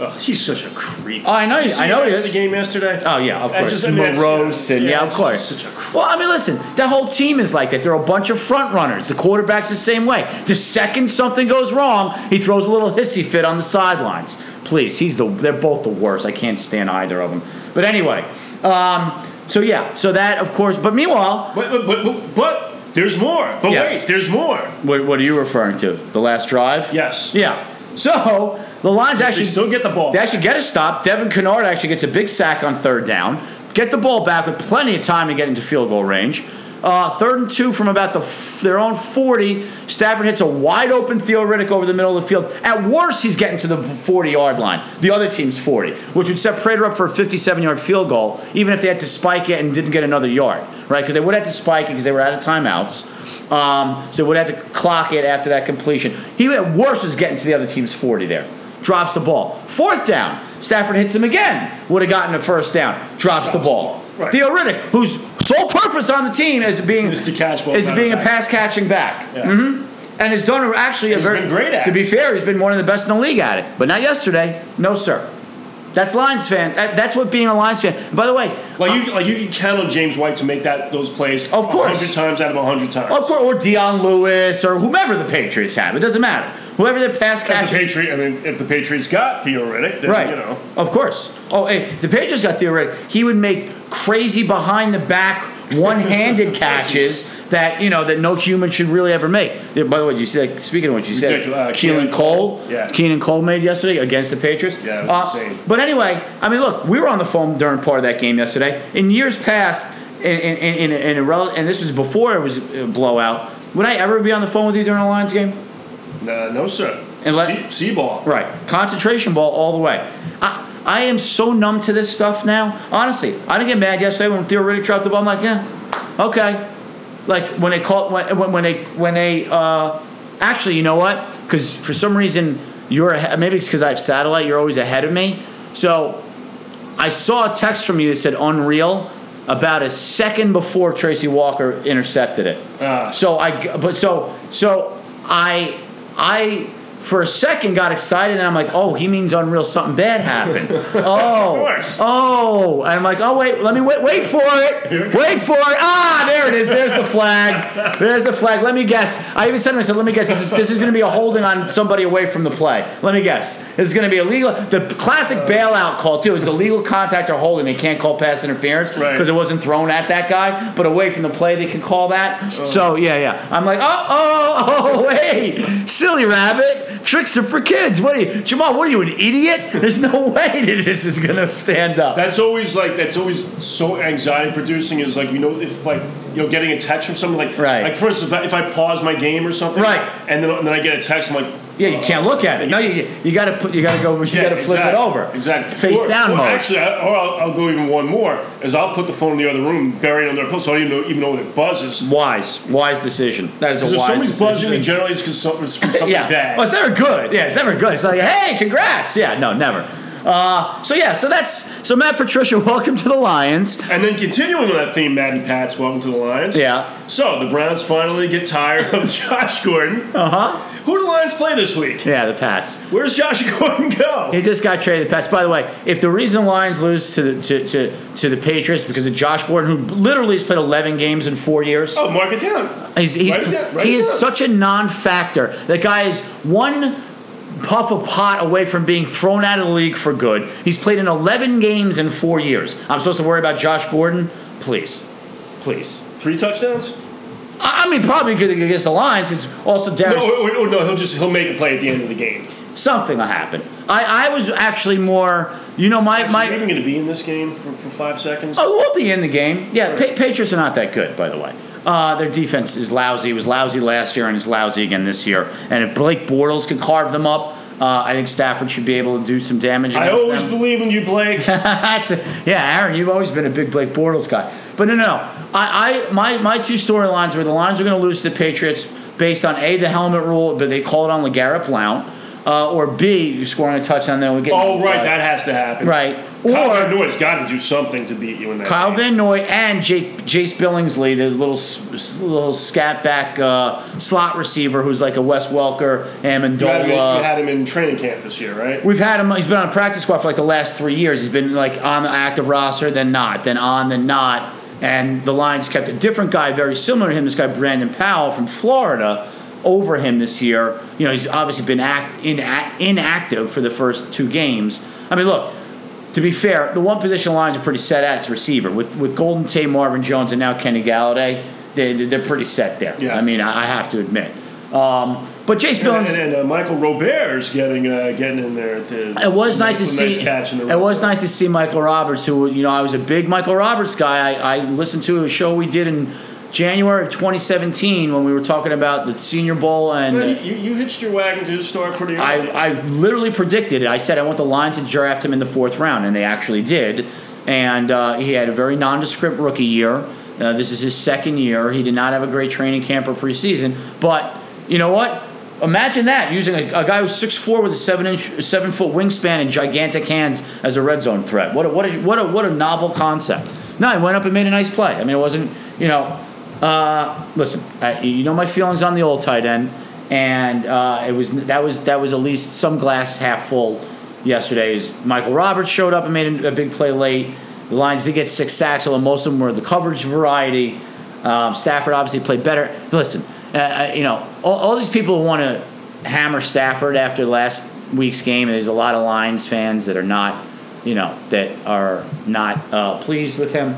B: Ugh, he's such a creep.
A: Oh, I know he-
B: You see
A: I know
B: him
A: he
B: after
A: is.
B: The game yesterday.
A: Oh yeah, of
B: I
A: course.
B: just- I mean, it's-
A: Morose and yeah,
B: yeah,
A: of
B: it's
A: course.
B: such a cr-
A: well, I mean, listen, that whole team is like that. They're a bunch of front runners. The quarterback's the same way. The second something goes wrong, he throws a little hissy fit on the sidelines. Please, he's the. They're both the worst. I can't stand either of them. But anyway, um, so yeah, so that of course. But meanwhile,
B: But, but, but, but, but there's more. But
A: Yes.
B: wait, there's more.
A: what, what are you referring to? The last drive?
B: Yes.
A: Yeah. So the Lions
B: Actually,
A: actually
B: they still get the ball.
A: They actually get a stop. Devin Kennard actually gets a big sack on third down. Get the ball back with plenty of time to get into field goal range. Uh, third and two from about the f- their own 40. Stafford hits a wide open theoretic over the middle of the field. At worst, he's getting to the 40 yard line. The other team's 40, which would set Prater up for a 57 yard field goal, even if they had to spike it and didn't get another yard, right? Because they would have to spike it because they were out of timeouts. Um, so would have to clock it after that completion. He at worst was getting to the other team's 40 there. Drops the ball. Fourth down. Stafford hits him again. Would have gotten a first down. Drops, the ball.
B: Right.
A: Theoretic, whose sole purpose on the team is being
B: Is to catch ball,
A: is
B: not
A: being a
B: back.
A: pass catching back.
B: Yeah.
A: hmm And has done actually a
B: He's
A: very
B: been great at
A: To
B: it.
A: be fair, he's been one of the best in the league at it. But not yesterday. No, sir. That's Lions fan. That- That's what being a Lions fan. By the way,
B: Like you, like you can count on James White to make that those plays.
A: Of course.
B: hundred times out of hundred times.
A: of course, or Dion Lewis or whomever the Patriots have. It doesn't matter. Whoever their pass
B: If the
A: catcher.
B: Patriot, I mean, if the Patriots got Theo Riddick, then
A: Right.
B: you know.
A: Of course. Oh, hey, if the Patriots got theoretic. He would make crazy behind the back, one-handed catches that you know that no human should really ever make. Yeah, by the way, did you see that? Speaking of what you said,
B: Ridiculous. Uh,
A: Keelan
B: Keelan
A: Cole.
B: Yeah.
A: Keenan Cole made yesterday against the Patriots. Uh,
B: Yeah, it was insane.
A: But anyway, I mean, look, we were on the phone during part of that game yesterday. In years past, in in in, in, in a rel- and this was before it was a blowout. Would I ever be on the phone with you during a Lions game?
B: Nah, uh, no, sir.
A: And let-
B: C, ball.
A: Right. Concentration ball all the way. I, I am so numb to this stuff now. Honestly, I didn't get mad yesterday when Theo Riddick dropped the ball. I'm like, yeah, okay. Like when they call when when, when they when they uh, actually, you know what? Because for some reason you're ahead, maybe it's because I have satellite. You're always ahead of me. So I saw a text from you that said unreal about a second before Tracy Walker intercepted it.
B: Ah.
A: So I, but so so I I for a second got excited and I'm like, oh, he means unreal. Something bad happened. oh,
B: course.
A: oh, I'm like, oh wait, let me wait, wait for it, wait for it. Ah, there it is. There's the flag. There's the flag. Let me guess. I even said to myself, let me guess. This is, this is going to be a holding on somebody away from the play. Let me guess. It's going to be illegal. The classic bailout call too. It's illegal contact or holding. They can't call pass interference because
B: Right.
A: it it wasn't thrown at that guy, but away from the play, they can call that.
B: Oh.
A: So yeah, yeah. I'm like, oh, oh, oh, hey, silly rabbit, tricks are for kids. What are you, Jamal? What are you, an idiot? There's no way that this is gonna stand up.
B: That's always like that's always so anxiety producing. Is like you know if like you know getting a text from someone like
A: Right.
B: like for instance if I, if I pause my game or something
A: Right.
B: and then and then I get a text I'm like
A: yeah, you can't look at it. No, you you gotta put, you gotta go, you
B: yeah,
A: gotta flip
B: exactly,
A: it over,
B: exactly
A: face
B: Or-
A: down
B: or
A: mode.
B: Actually, I, or I'll, I'll go even one more is I'll put the phone in the other room, bury it under a pillow, so I don't even know, even know when it buzzes.
A: wise, wise decision. That is a
B: So if
A: wise
B: somebody's
A: decision.
B: buzzing me, generally it's because something, it's from something
A: yeah.
B: bad.
A: Well, it's never good. Yeah, it's never good. It's like, hey, congrats. Yeah, no, never. Uh, so yeah, so that's so Matt Patricia, welcome to the Lions.
B: And then continuing on that theme, Maddie Pats, welcome to the Lions.
A: Yeah.
B: So the Browns finally get tired of Josh Gordon.
A: Uh huh.
B: Who do the Lions play this week?
A: Yeah, the Pats.
B: Where's Josh Gordon go?
A: He just got traded to the Pats. By the way, if the reason Lions lose to the, to, to, to the Patriots because of Josh Gordon, who literally has played 11 games in four years,
B: Oh, mark it down.
A: he's, he's,
B: write it down, write
A: he
B: it
A: is
B: down.
A: such a non-factor. That guy is one puff of pot away from being thrown out of the league for good. He's played in 11 games in four years. I'm supposed to worry about Josh Gordon? Please. Please.
B: Three touchdowns?
A: I I mean, probably good against the Lions. It's also
B: No,
A: Darius.
B: or, or- or no, he'll just he'll make a play at the end of the game.
A: something will happen. I, I was actually more, you know, my,
B: Is
A: my
B: he even going to be in this game for, for five seconds?
A: Oh, we'll be in the game. Yeah, pa- Patriots are not that good, by the way. Uh, their defense is lousy. It was lousy last year, and it's lousy again this year. And if Blake Bortles could carve them up, uh, I think Stafford should be able to do some damage.
B: I
A: against
B: always
A: them.
B: believe in you, Blake.
A: That's it. yeah, Aaron, you've always been a big Blake Bortles guy. But no, no, no. I, I my, my two storylines were the Lions are going to lose to the Patriots based on A, the helmet rule, but they called on LeGarrette Blount, uh, or B, you scoring a touchdown, then we get.
B: oh, right, that has to happen.
A: Right.
B: Kyle
A: Or.
B: Van Noy's got to do something to beat you in that.
A: Kyle
B: game.
A: Van Noy and Jake Jace Billingsley, the little s- s- little scat back uh, slot receiver who's like a Wes Welker,
B: you had, him in, you
A: Amendola.
B: had him in training camp this year, right?
A: We've had him. He's been on a practice squad for like the last three years. He's been like on the active roster, then not, then on, then not. And the Lions kept a different guy, very similar to him, this guy Brandon Powell from Florida, over him this year. You know, he's obviously been act, in, inactive for the first two games. I mean, look, to be fair, the one position lines are pretty set at its receiver with with Golden Tate, Marvin Jones, and now Kenny Galladay. They they- they're pretty set there.
B: Yeah.
A: I mean, I, I have to admit. Um, but Jace
B: And,
A: Billings,
B: and, and, uh, Michael Robert's getting uh, getting in there. At the,
A: it was nice to
B: nice
A: see.
B: catch in the
A: it
B: red
A: was
B: zone.
A: nice to see Michael Roberts, who you know I was a big Michael Roberts guy. I, I listened to a show we did in January of 2017 when we were talking about the Senior Bowl and. uh,
B: You, you hitched your wagon to his star pretty early.
A: I, I literally predicted it. I said I want the Lions to draft him in the fourth round, and they actually did. And uh, he had a very nondescript rookie year. Uh, this is his second year. He did not have a great training camp or preseason. But you know what? Imagine that using a, a guy who's 6'4 with a seven inch, seven foot wingspan and gigantic hands as a red zone threat. What a, what a, what a, what a novel concept. No, he went up and made a nice play. I mean, it wasn't you know listen, I, you know my feelings on the old tight end, and uh, it was that was that was at least some glass half full yesterday is Michael Roberts showed up and made a, a big play late. The Lions did get six sacks, although most of them were the coverage variety. Um, Stafford obviously played better. Listen, uh, uh, you know, all, all these people want to hammer Stafford after last week's game. There's a lot of Lions fans that are not, you know, that are not uh, pleased with him.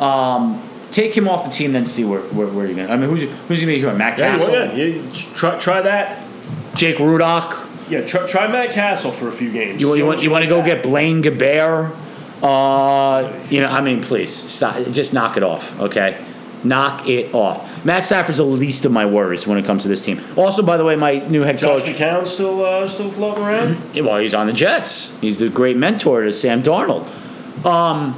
A: Um, take him off the team, then see where, where, where you're going. to I mean, who's who's going to be going? Matt
B: Yeah,
A: Castle,
B: well, yeah, you- try, try that.
A: Jake Rudock.
B: Yeah, try, try Matt Castle for a few games.
A: You,
B: See
A: you
B: what
A: want you want to go get Blaine Gobert? Uh, you know, I mean, please stop. Just knock it off, okay? Knock it off. Matt Stafford's the least of my worries when it comes to this team. Also, by the way, my new head
B: Josh
A: coach. Mm-hmm.
B: McCown still uh, still floating around.
A: Well, he's on the Jets. He's the great mentor to Sam Darnold. Um,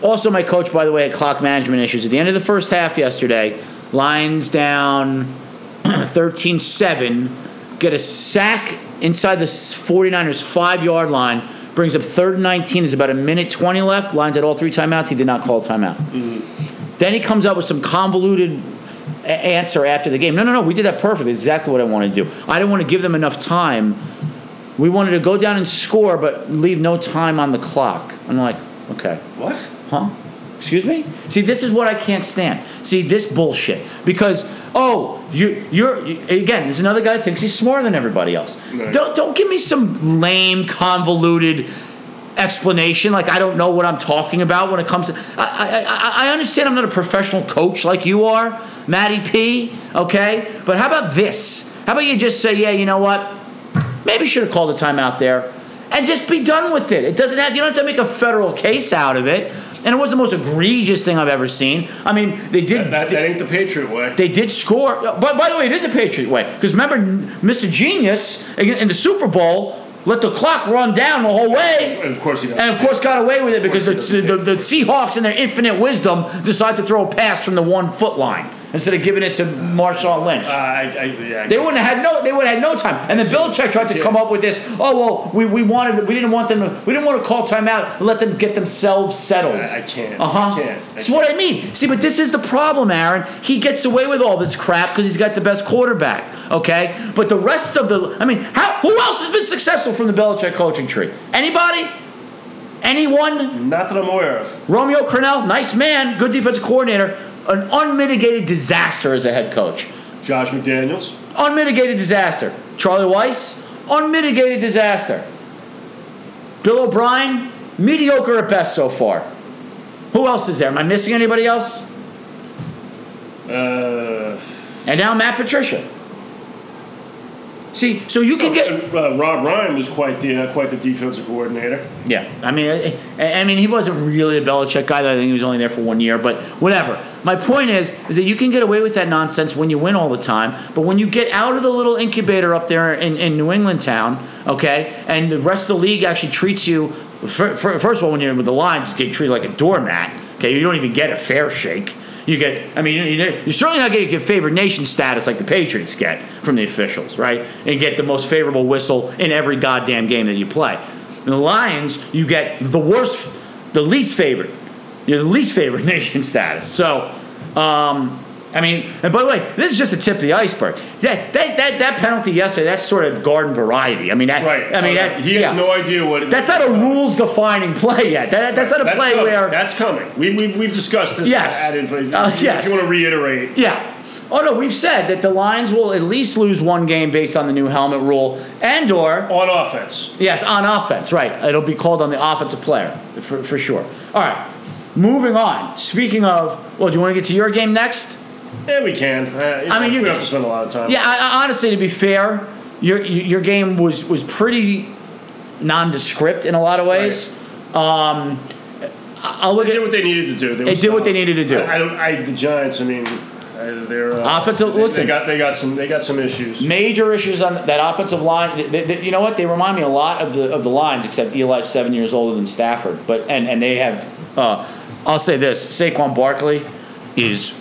A: also, my coach, by the way, had clock management issues. At the end of the first half yesterday, Lions down 13 7, get a sack inside the 49ers' five yard line, brings up third and 19. There's about a minute 20 left. Lions had all three timeouts. He did not call a timeout. Then he comes up with some convoluted a- answer after the game. No, no, no, we did that perfect. Exactly what I wanted to do. I didn't want to give them enough time we wanted to go down and score, but leave no time on the clock. I'm like, okay,
B: What?
A: huh? Excuse me? See, this is what I can't stand. See, this bullshit. Because, oh, you, you're, you- again, there's another guy who thinks he's smarter than everybody else.
B: Right.
A: Don't, don't give me some lame, convoluted explanation like I don't know what I'm talking about when it comes to. I, I, I, I understand I'm not a professional coach like you are, Matty P, okay? But how about this? How about you just say, yeah, you know what? Maybe should have called a timeout there, and just be done with it. It doesn't have you don't have to make a federal case out of it. And it was the most egregious thing I've ever seen. I mean, they did.
B: That, that, that ain't the Patriot way.
A: They did score. But by the way, it is a Patriot way because remember, Mr. Genius in the Super Bowl let the clock run down the whole way.
B: And of course he does.
A: And of course, got away with it because the, the, the Seahawks, in their infinite wisdom, decide to throw a pass from the one foot line instead of giving it to Marshawn Lynch.
B: Uh, I, I, yeah, I
A: They wouldn't have had no. They would have had no time. And then Belichick tried to come up with this. Oh well, we, we wanted. We didn't want them. To, we didn't want to call timeout. and Let them get themselves settled.
B: I- I can't. I
A: Uh huh.
B: can't. I
A: That's what I mean. See, but this is the problem, Aaron. He gets away with all this crap because he's got the best quarterback. Okay, but the rest of the. I mean, how? Who else has been successful from the Belichick coaching tree? Anybody? Anyone?
B: Not that I'm aware of.
A: Romeo Cornell, nice man, good defensive coordinator, an unmitigated disaster as a head coach.
B: Josh McDaniels.
A: Unmitigated disaster. Charlie Weiss, unmitigated disaster. Bill O'Brien, mediocre at best so far. Who else is there? Am I missing anybody else?
B: Uh,
A: And now Matt Patricia. See, so you can get.
B: uh, Rob Ryan was quite the uh, quite the defensive coordinator.
A: Yeah, I mean, I, I mean, he wasn't really a Belichick guy. Though I think he was only there for one year, but whatever. My point is, is that you can get away with that nonsense when you win all the time, but when you get out of the little incubator up there in, in New England town, okay, and the rest of the league actually treats you. fir- fir- First of all, when you're with the Lions, you get treated like a doormat. Okay, you don't even get a fair shake. You get, I mean, you- you're certainly not going to get favored nation status like the Patriots get from the officials, right? And get the most favorable whistle in every goddamn game that you play. In the Lions, you get the worst, the least favorite. You're the least favorite nation status. So, um, I mean, and by the way, this is just the tip of the iceberg. That that that, that penalty yesterday, that's sort of garden variety. I mean, that,
B: Right.
A: I mean,
B: Uh,
A: that,
B: he has
A: yeah.
B: no idea what. It,
A: That's not a rules-defining play yet. That, that's not a play
B: coming.
A: where
B: That's coming. We, we've we've discussed this.
A: Yes.
B: At info.
A: Uh,
B: if
A: yes.
B: you want to reiterate,
A: Yeah. Oh no, we've said that the Lions will at least lose one game based on the new helmet rule, and or
B: on offense.
A: Yes, on offense, right. It'll be called on the offensive player, for, for sure. All right, moving on. Speaking of, well, do you want to get to your game next?
B: Yeah, we can. Uh,
A: I mean, you-
B: we don't have to spend a lot of time.
A: Yeah, I, I, honestly, to be fair, your, your game was, was pretty nondescript in a lot of ways. Um, I- I'll look
B: They did
A: at
B: what they needed to do.
A: They did what they needed to do.
B: I, I don't. I the Giants. I mean, uh, they're uh,
A: Offensive-
B: They,
A: listen. Mm.
B: they got they got some they got some issues.
A: major issues on that offensive line. Th- th- th- you know what? They remind me a lot of the of the lines, except Eli's seven years older than Stafford. But and and they have. Uh, I'll say this: Saquon Barkley is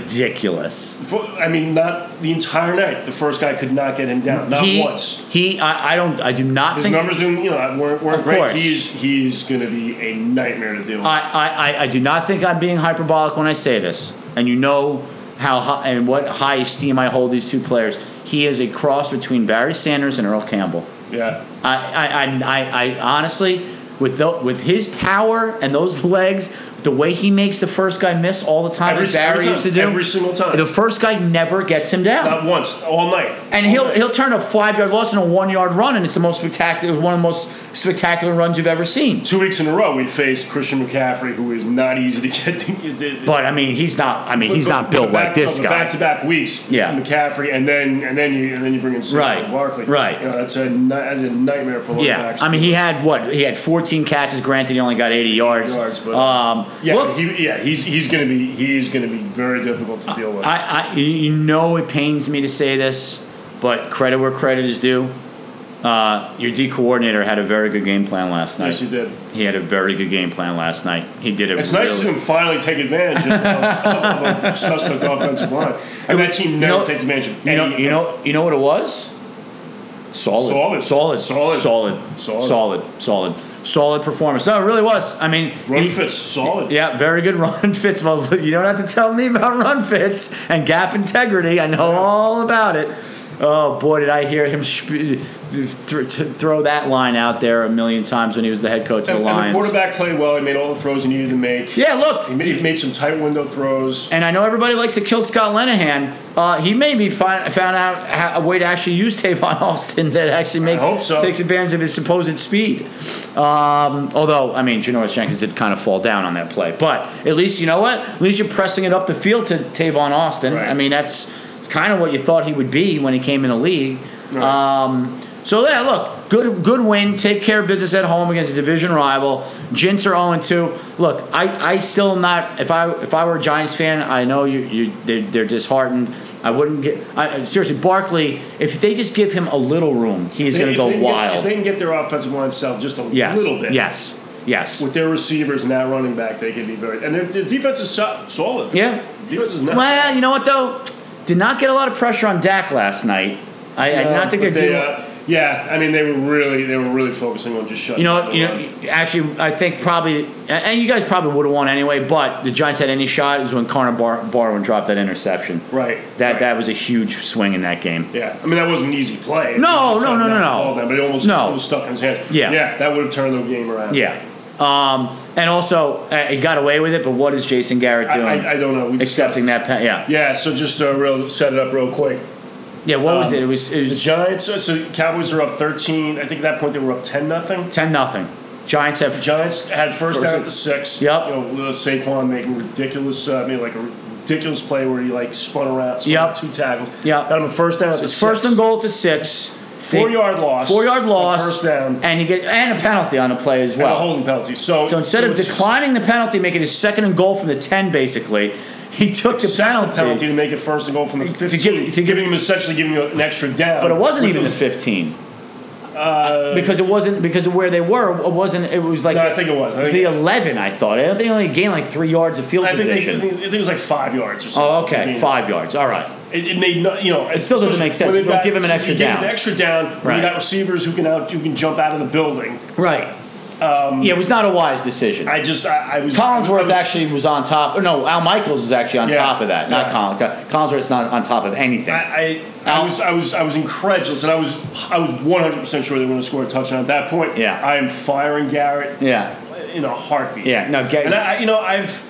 A: ridiculous.
B: For, I mean, not the entire night. The first guy could not get him down. Not
A: he,
B: once.
A: He, I, I don't, I do not
B: His
A: think.
B: numbers didn't, you know, weren't, weren't
A: Of
B: great.
A: course.
B: He's he's going to be a nightmare to deal with.
A: I, I, I, I do not think I'm being hyperbolic when I say this, and you know how high, and what high esteem I hold these two players. He is a cross between Barry Sanders and Earl Campbell.
B: Yeah.
A: I, I, I'm- I, I honestly, with the, with his power and those legs, the way he makes the first guy miss all the time,
B: Every-
A: that Barry
B: every time.
A: used to do,
B: Every single time.
A: the first guy never gets him down.
B: Not once, all night.
A: and
B: All
A: he'll
B: night.
A: he'll turn a five yard loss into a one yard run, and it's the most spectacular, one of the most spectacular runs you've ever seen.
B: Two weeks in a row, we faced Christian McCaffrey, who is not easy to get. To,
A: But I mean, he's not. I mean, he's not built like this guy.
B: Back to back weeks.
A: Yeah.
B: McCaffrey, and then and then you and then you bring in Saquon
A: Right,
B: Barkley.
A: right.
B: You know, that's a ni- that's a nightmare for
A: Yeah,
B: backs.
A: I mean, he had what? He had 14 catches. Granted, he only got 80 yards.
B: yards, but
A: Um,
B: yeah,
A: look,
B: he, yeah, he's he's gonna be he's gonna be very difficult to deal with.
A: I, I, you know, it pains me to say this, but credit where credit is due. Uh, your D coordinator had a very good game plan last night.
B: yes, you did.
A: He had a very good game plan last night. He did it.
B: It's
A: really.
B: nice to see him finally take advantage of, of, of a suspect offensive line. And that team never
A: You know-
B: takes advantage of
A: You know,
B: any-
A: you know, you know what it was. Solid,
B: Solid.
A: solid,
B: Solid.
A: solid,
B: Solid.
A: solid, solid, solid performance. No, it really was. I mean,
B: Run
A: he-
B: fits solid.
A: Yeah, very good run fits. Well, you don't have to tell me about run fits and gap integrity. I know all about it. Oh boy, did I hear him sp- th- th- throw that line out there a million times when he was the head coach of the
B: And, and the
A: Lions.
B: quarterback played well. He made all the throws he needed to make.
A: yeah, look,
B: He made, he made some tight window throws.
A: and I know everybody likes to kill Scott Linehan. Uh, he maybe find, found out how, a way to actually use Tavon Austin that actually makes
B: hope so.
A: takes advantage of his supposed speed. Um, although, I mean, Janoris Jenkins did kind of fall down on that play, but at least you know what? At least you're pressing it up the field to Tavon Austin.
B: Right.
A: I mean, that's kind of what you thought he would be when he came in the league. Um, so yeah, look, good good win. Take care of business at home against a division rival. Gents are 0 2. Look, I, I still am not if I if I were a Giants fan, I know you you they're, they're disheartened. I wouldn't get I, seriously Barkley. If they just give him a little room, he's going to
B: If
A: go
B: they can get- if
A: wild.
B: they can get their offensive line south just a
A: yes,
B: little bit,
A: yes, yes.
B: with their receivers and that running back, they can be very. And their, their defense is so, solid.
A: Yeah.
B: defense is not.
A: Well, you know what though, did not get a lot of pressure on Dak last night. I, I not think
B: But
A: they're
B: they,
A: doing.
B: uh, yeah, I mean they were really they were really focusing on just shutting.
A: You know,
B: down the
A: you
B: run.
A: know. Actually, I think probably, and you guys probably would have won anyway. But the Giants had any shot is when Connor Bar- Barwin dropped that interception.
B: right?
A: That
B: right.
A: that was a huge swing in that game.
B: Yeah, I mean that wasn't an easy play.
A: No,
B: It was
A: no, no, no,
B: not
A: no.
B: all Down, but it almost,
A: No.
B: almost stuck in his hands.
A: Yeah.
B: yeah, that would have turned the game around.
A: Yeah. Um, and also, uh, he got away with it. But what is Jason Garrett
B: I,
A: doing?
B: I, I don't know. We discussed
A: Accepting
B: this.
A: that, pen yeah,
B: Yeah, so just uh, real set it up real quick.
A: yeah. What was
B: Um,
A: it? It was it
B: The
A: was
B: Giants, so, so Cowboys are up thirteen. I think at that point they were up ten nothing.
A: ten nothing. Giants have
B: Giants had first,
A: First
B: down
A: and-
B: at the six.
A: Yep.
B: You know, with Saquon making ridiculous, uh, made like a ridiculous play where he like spun around, spun
A: Yep.
B: out two tackles.
A: Yep.
B: Got him a first down at the
A: it's first
B: six.
A: and goal to six.
B: Four yard loss.
A: Four yard
B: A
A: loss.
B: First down.
A: And you get and a penalty on a play as
B: And a
A: well.
B: holding penalty. So,
A: So instead of
B: it's just-
A: declining the penalty, making his second and goal from the ten, basically, he took the
B: sets the
A: penalty,
B: penalty to make it first and goal from the 15,
A: give- to give-
B: giving him essentially giving him an extra down.
A: but it wasn't
B: With
A: even the
B: those- uh,
A: fifteen. because it wasn't because of where they were. It wasn't. It was like
B: No, I think it was. I
A: the
B: think-
A: eleven. I thought. I think they only gained like three yards of field
B: I think, they, I
A: position.
B: think- I think it was like five yards or something.
A: oh,
B: I
A: okay,
B: mean,
A: five yards. All right.
B: It, it made no, you know. It
A: still doesn't make sense. You don't give him an extra
B: you give him
A: down.
B: an extra down. Right.
A: Right.
B: You got receivers who can out who can jump out of the building.
A: Right. Um, yeah, it was not a wise decision.
B: I just I, I was I
A: Collinsworth
B: was-
A: actually was on top. Or no, Al Michaels is actually on
B: Yeah.
A: top of that. Not
B: Yeah.
A: Collins. Collinsworth's not on top of anything.
B: I, I, I
A: Out.
B: was I was I was incredulous, and I was I was one hundred percent sure they were going to score a touchdown at that point.
A: Yeah.
B: I am firing Garrett
A: yeah.
B: in a heartbeat.
A: Yeah. No. Get,
B: and I, I- you know I've.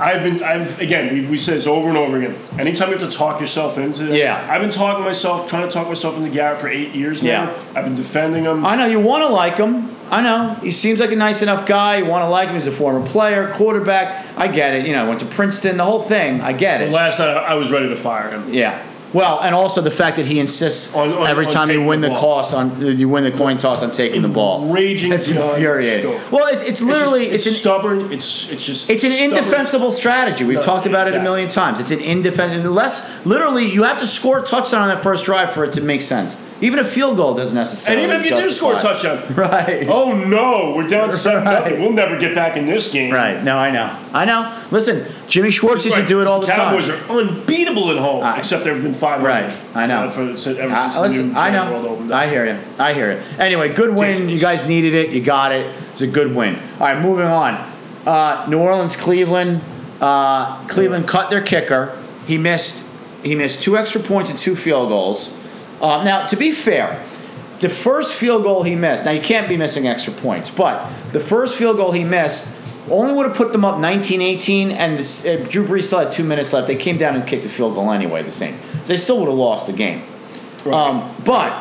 B: I've been, I've again, we, we say this over and over again. Anytime you have to talk yourself into,
A: Yeah.
B: I've been talking myself, trying to talk myself into Garrett for eight years
A: Yeah.
B: now. I've been defending him.
A: I know you want to like him. I know he seems like a nice enough guy. You want to like him. He's a former player, quarterback. I get it. You know, went to Princeton, the whole thing. I get it.
B: Last night, I was ready to fire him.
A: Yeah. Well, and also the fact that he insists
B: On- on-
A: every
B: on
A: time you
B: taking
A: win
B: the
A: the,
B: ball.
A: toss on you win the coin toss on taking the ball.
B: Raging
A: It's
B: beyond
A: infuriating.
B: scope.
A: Well, it's, it's literally
B: it's,
A: it's,
B: just- it's
A: an
B: stubborn. It's it's just
A: it's an
B: stubborn.
A: indefensible strategy. We've
B: No,
A: talked about it a
B: exactly.
A: million times. It's an indefensible unless literally you have to score a touchdown on that first drive for it to make sense. Even a field goal doesn't
B: And
A: necessarily.
B: even if you do score a
A: justify it.
B: touchdown,
A: right?
B: oh no, we're down seven nothing. We'll never get back in this game.
A: Right. No, I know. I know. Listen, Jimmy Schwartz used
B: Right,
A: to do it all the
B: Cowboys
A: time.
B: are unbeatable at home,
A: I-
B: except they've been five.
A: Right,
B: nothing,
A: I know.
B: uh, For, since- ever since
A: I,
B: the
A: listen,
B: new
A: I
B: Jerry World
A: know.
B: opened up.
A: I hear you. I hear you. Anyway, good win. You
B: Ridiculous.
A: guys needed it. You got it. It's a good win. All right, moving on. Uh, New Orleans, Cleveland. Uh, Cleveland cut their kicker. He missed. He missed two extra points and two field goals. Uh, now, to be fair, the first field goal he missed. Now you can't be missing extra points, but the first field goal he missed only would have put them up 19-18, and this, uh, Drew Brees still had two minutes left. They came down and kicked the field goal anyway. The Saints. They still would have lost the game. Um, but,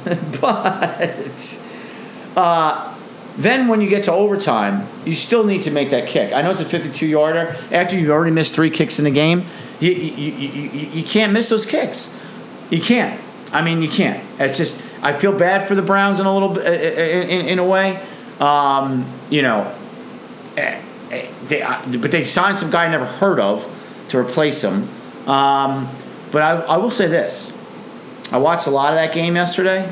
A: but, uh, then when you get to overtime, you still need to make that kick. I know it's a 52 yarder. After you've already missed three kicks in the game, you, you, you, you, you can't miss those kicks. You can't. I mean, you can't. It's just, I feel bad for the Browns in a little, uh, in, in, in a way. Um, you know, eh, eh, they, I- but they signed some guy I never heard of to replace him. Um, but I, I will say this. I watched a lot of that game yesterday.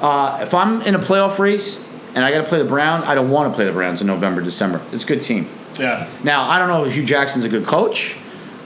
A: Uh, if I'm in a playoff race and I got to play the Browns, I don't want to play the Browns in November, December. It's a good team.
B: Yeah.
A: Now I don't know if Hugh Jackson's a good coach,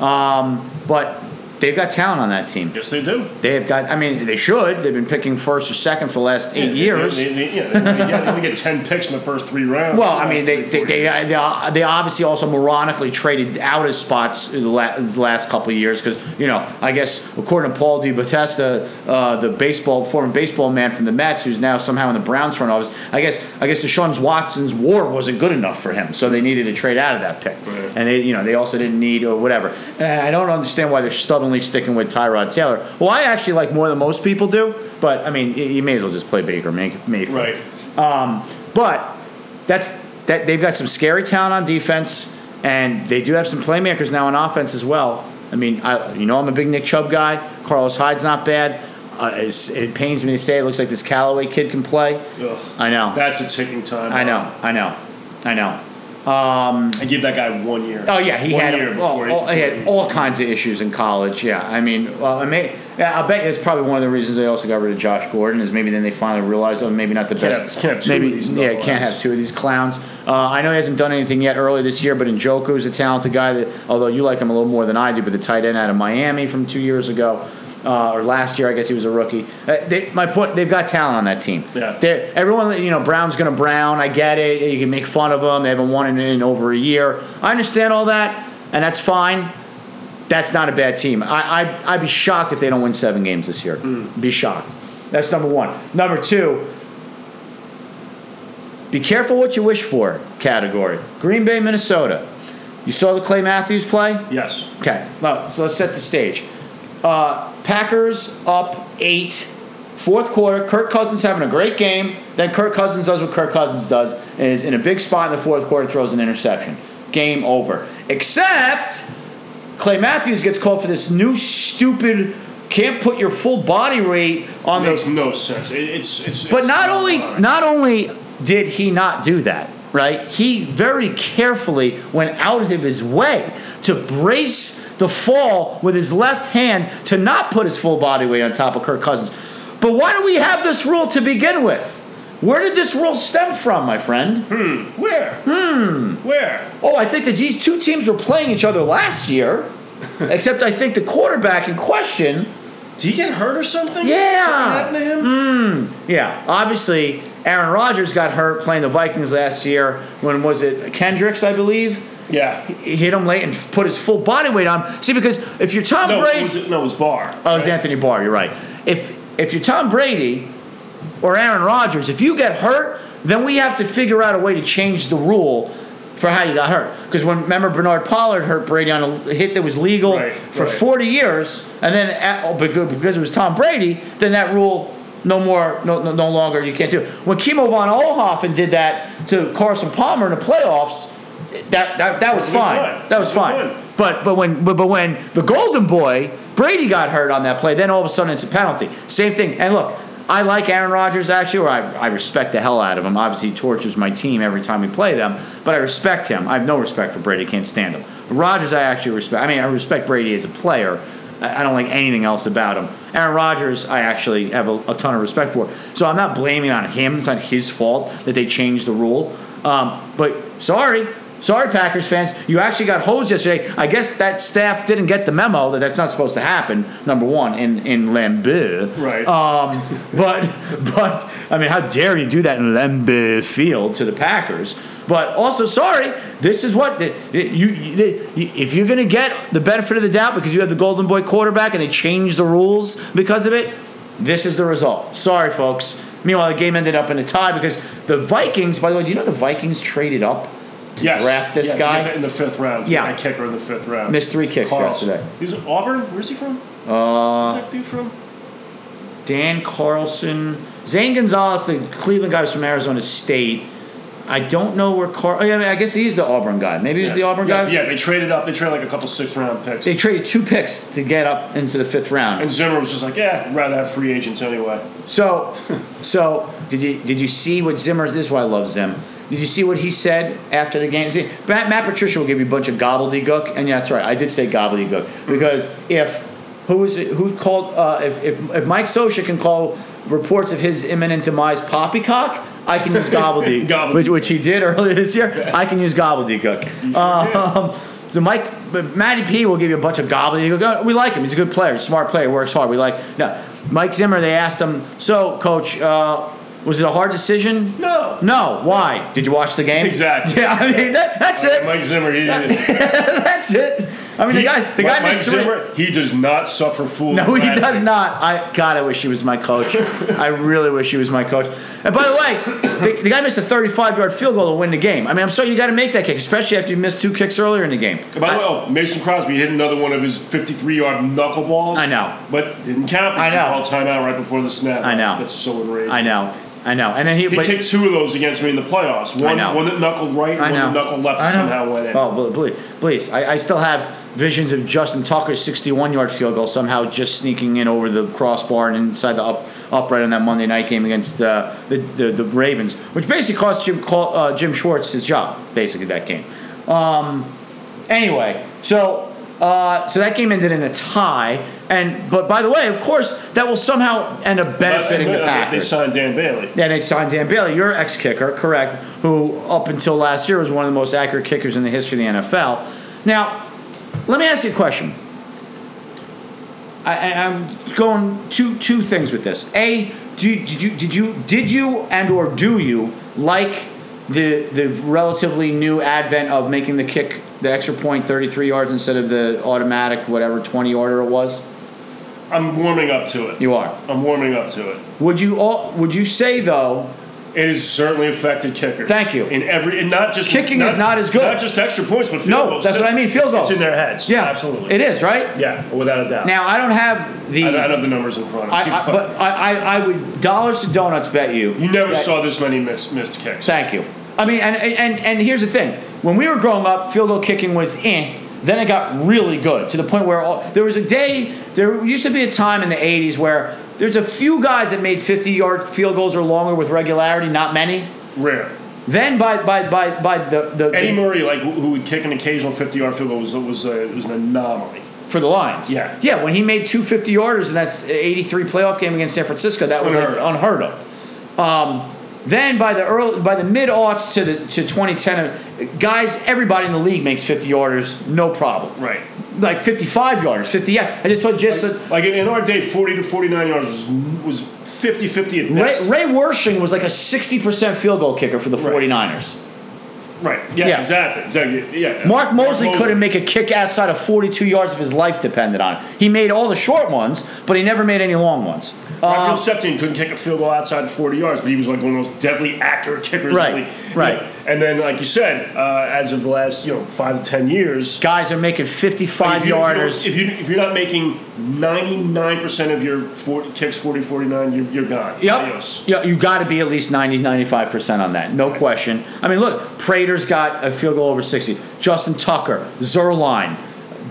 A: um, but they've got talent on that team.
B: Yes, they do.
A: They've got. I mean, they should. They've been picking first or second for the last eight
B: Yeah,
A: years.
B: They, they, they, yeah, they, they- yeah, they only get ten picks in the first three rounds.
A: well, I mean, they they, they, they, uh, they obviously also moronically traded out his spots in the, la- the last couple of years because, you know, I guess according to Paul DeBatesta, uh, the baseball former baseball man from the Mets, who's now somehow in the Browns front office, I guess I guess Deshaun Watson's WAR wasn't good enough for him, so they needed to trade out of that pick, and they you know they also didn't need or whatever. And I don't understand why they're stubbornly sticking with Tyrod Taylor, who I actually like more than most people do, but I mean, you, you may as well just play Baker May- Mayfield.
B: right.
A: But that's that they've got some scary talent on defense, and they do have some playmakers now on offense as well. I mean, I, you know, I'm a big Nick Chubb guy. Carlos Hyde's not bad. Uh, it's, it pains me to say it looks like this Callaway kid can play.
B: Ugh.
A: I know.
B: That's a ticking time.
A: I know. I know. I know.
B: I give that guy one year.
A: Oh yeah, he
B: one
A: had
B: year
A: all,
B: before
A: all- he had
B: before
A: all kinds of issues in college. Yeah, I mean, well, I may, yeah, I bet it's probably one of the reasons they also got rid of Josh Gordon is maybe then they finally realized, oh, maybe not the
B: Can't
A: best.
B: have- can't have two of
A: maybe
B: these
A: yeah,
B: knuckleheads.
A: can't have two of these clowns. Uh, I know he hasn't done anything yet early this year, but Njoku's a talented guy. That although you like him a little more than I do, but the tight end out of Miami from two years ago. Uh, or last year, I guess he was a rookie. Uh, they, my point, they've got talent on that team.
B: Yeah.
A: They're, everyone, you know, Brown's going to Brown. I get it. You can make fun of them. They haven't won in, in over a year. I understand all that, and that's fine. That's not a bad team. I, I, I'd be shocked if they don't win seven games this year. Be shocked. That's number one. Number two, be careful what you wish for category. Green Bay, Minnesota. You saw the Clay Matthews play?
B: Yes.
A: Okay, well, so let's set the stage. Uh, Packers up eight, fourth quarter. Kirk Cousins having a great game. Then Kirk Cousins does what Kirk Cousins does is in a big spot in the fourth quarter throws an interception. Game over. Except Clay Matthews gets called for this new stupid can't put your full body weight on the
B: Makes no sense. It, it's it's.
A: Um, but
B: it's
A: not only
B: all right.
A: not only did he not do that, right? He very carefully went out of his way to brace the fall with his left hand to not put his full body weight on top of Kirk Cousins. But why do we have this rule to begin with? Where did this rule stem from, my friend?
B: Where? Hmm. Where?
A: Oh, I think that these two teams were playing each other last year, except I think the quarterback in question
B: Did he get hurt or something?
A: Yeah.
B: Something happened to him?
A: Yeah, obviously Aaron Rodgers got hurt playing the Vikings last year. When was it Kendricks, I believe?
B: Yeah.
A: He hit him late and put his full body weight on. See, because if you're Tom
B: No,
A: Brady,
B: it was, no, it was Barr.
A: oh, it was Anthony Barr. You're right. If if you're Tom Brady or Aaron Rodgers, if you get hurt, then we have to figure out a way to change the rule for how you got hurt. Because when remember Bernard Pollard hurt Brady on a hit that was legal
B: Right,
A: for
B: right.
A: 40 years, and then at, oh, because because it was Tom Brady, then that rule no more, no, no, no longer you can't do it. When Kimo von Olhoffen did that to Carson Palmer in the playoffs, that that, that was
B: Perfectly
A: fine.
B: fine.
A: That was fine.
B: Perfectly fine.
A: But but when but, but when the Golden Boy Brady got hurt on that play, then all of a sudden it's a penalty. Same thing. And look, I like Aaron Rodgers actually, or I, I respect the hell out of him. Obviously, he tortures my team every time we play them, but I respect him. I have no respect for Brady. Can't stand him. But Rodgers, I actually respect. I mean, I respect Brady as a player. I I don't like anything else about him. Aaron Rodgers, I actually have a, a ton of respect for. So I'm not blaming on him. It's not his fault that they changed the rule. Um, but sorry, Sorry, Packers fans, you actually got hosed yesterday. I guess that staff didn't get the memo that that's not supposed to happen. Number one, in in Lambeau,
B: Right.
A: Um, but but I mean, how dare you do that in Lambeau Field to the Packers? But also, sorry, this is what the, you, you the, you- if you're gonna get the benefit of the doubt because you have the Golden Boy quarterback and they changed the rules because of it. This is the result. Sorry, folks. Meanwhile, the game ended up in a tie because the Vikings. By the way, do you know the Vikings traded up to
B: Yes.
A: draft this
B: Yes, he
A: guy?
B: got that in the fifth round.
A: Yeah.
B: That kicker in the fifth round.
A: Missed three kicks
B: Carlson.
A: yesterday.
B: He was at Auburn? Where's he from?
A: Uh,
B: Where's that dude from?
A: Dan Carlson, Zane Gonzalez, the Cleveland guy was from Arizona State. I don't know where Carl. Oh, yeah, I, mean, I guess he's the Auburn guy. Maybe he's the Auburn
B: yeah,
A: guy.
B: Yeah, they traded up. They traded like a couple six round picks.
A: They traded two picks to get up into the fifth round.
B: and Zimmer was just like, yeah, I'd rather have free agents anyway.
A: So, so did you did you see what Zimmer? This is why I love Zim. Did you see what he said after the game? See, Matt, Matt Patricia will give you a bunch of gobbledygook, and yeah, that's right. I did say gobbledygook because if who is it, who called uh, if, if if Mike Sosha can call reports of his imminent demise poppycock, I can use gobbledygook,
B: Gobbledygook.
A: Which, which he did earlier this year. I can use gobbledygook. Um, so Mike, but Matty P will give you a bunch of gobbledygook. Oh, We like him. He's a good player, smart player, works hard. We like no Mike Zimmer. They asked him. So, coach, uh, was it a hard decision?
B: No.
A: No. Why? Did you watch the game?
B: Exactly.
A: Yeah. I mean, that, that's it.
B: Mike Zimmer, he, he,
A: that's it. I mean, the guy. The guy
B: Mike
A: missed three.
B: Zimmer, he does not suffer fools.
A: No, he
B: Bradley.
A: does not. I God, I wish he was my coach. I really wish he was my coach. And by the way, the, the guy missed a 35-yard field goal to win the game. I mean, I'm sorry, you got to make that kick, especially after you missed two kicks earlier in the game.
B: By the way, oh, Mason Crosby hit another one of his 53 yard knuckleballs.
A: I know.
B: But didn't count
A: I
B: because he
A: know.
B: called timeout right before the snap.
A: I know.
B: That's so enraging.
A: I know, I know. And then he,
B: He
A: but,
B: kicked two of those against me in the playoffs. One,
A: know.
B: one that knuckled right,
A: I
B: one
A: know.
B: that knuckled left,
A: I
B: and
A: know.
B: somehow went in.
A: Oh, bl- please, please. I, I still have visions of Justin Tucker's 61-yard field goal somehow just sneaking in over the crossbar and inside the up upright on that Monday night game against uh, the, the the Ravens, which basically cost Jim Col- uh, Jim Schwartz his job, basically that game. Um, Anyway, so uh, so that game ended in a tie. And but by the way, of course, that will somehow end up
B: But-
A: benefiting the
B: but They
A: Packers.
B: signed Dan Bailey.
A: Then they signed Dan Bailey, your ex kicker, correct? Who up until last year was one of the most accurate kickers in the history of the NFL. Now, let me ask you a question. I, I, I'm going two two things with this. A, do, did you did you did you and or do you like the the relatively new advent of making the kick the extra point 33 yards instead of the automatic whatever 20 yarder it was?
B: I'm warming up to it.
A: You are.
B: I'm warming up to it.
A: Would you all would you say though
B: It has certainly affected kickers.
A: Thank you.
B: In every, and not just
A: Kicking is not as good.
B: Not just extra points, but field
A: No,
B: goals.
A: that's
B: too.
A: what I mean, field
B: It's-
A: goals.
B: It's in their heads.
A: Yeah,
B: absolutely.
A: It is right.
B: yeah, without a doubt.
A: Now I don't have the.
B: I, I
A: I,
B: don't have the numbers in front. of me.
A: I, but I, I, I would dollars to donuts bet you.
B: you never
A: that-
B: saw this many missed, missed kicks.
A: Thank you. I mean, and and and here's the thing: when we were growing up, field goal kicking was eh. Then it got really good to the point where all, there was a day. There used to be a time in the '80s where there's a few guys that made 50-yard field goals or longer with regularity. Not many.
B: Rare.
A: Then by by by by the the,
B: Eddie Murray, like who- who would kick an occasional 50 yard field goal, was was, uh, was an anomaly.
A: for the Lions.
B: Yeah.
A: Yeah, when he made two 50 yarders in that 83 playoff game against San Francisco, that was
B: Unheard
A: like,
B: of.
A: unheard of. Um, then by the early, by the mid aughts to the to 2010, uh, guys, everybody in the league makes 50 yarders, no problem.
B: Right.
A: Like 55 yarders, 50. Yeah, I just told Jess that
B: Like in, in our day, 40 to 49 yards was, was 50 50 at
A: Ray,
B: best.
A: Ray Wershing was like a 60% field goal kicker for the 49ers.
B: Right. Yeah,
A: Yeah.
B: Exactly. Exactly. Yeah.
A: Mark Mosley couldn't make a kick outside of 42 yards if his life depended on it. He made all the short ones, but he never made any long ones. uh,
B: Michael Septon couldn't kick a field goal outside of 40 yards, but he was like one of the most deadly accurate kickers. in the
A: Right,
B: league.
A: right.
B: And then, like you said, uh, as of the last you know five to ten years,
A: Guys are making 55
B: if you-
A: yarders.
B: If, you, if, you, if you're not making 99 percent of your 40, kicks 40, 49, you're, you're gone.
A: Yep.
B: Adios.
A: Yeah, you got to be at least 90, 95% on that. No question. I mean, look, Prater's got a field goal over 60. Justin Tucker, Zerline,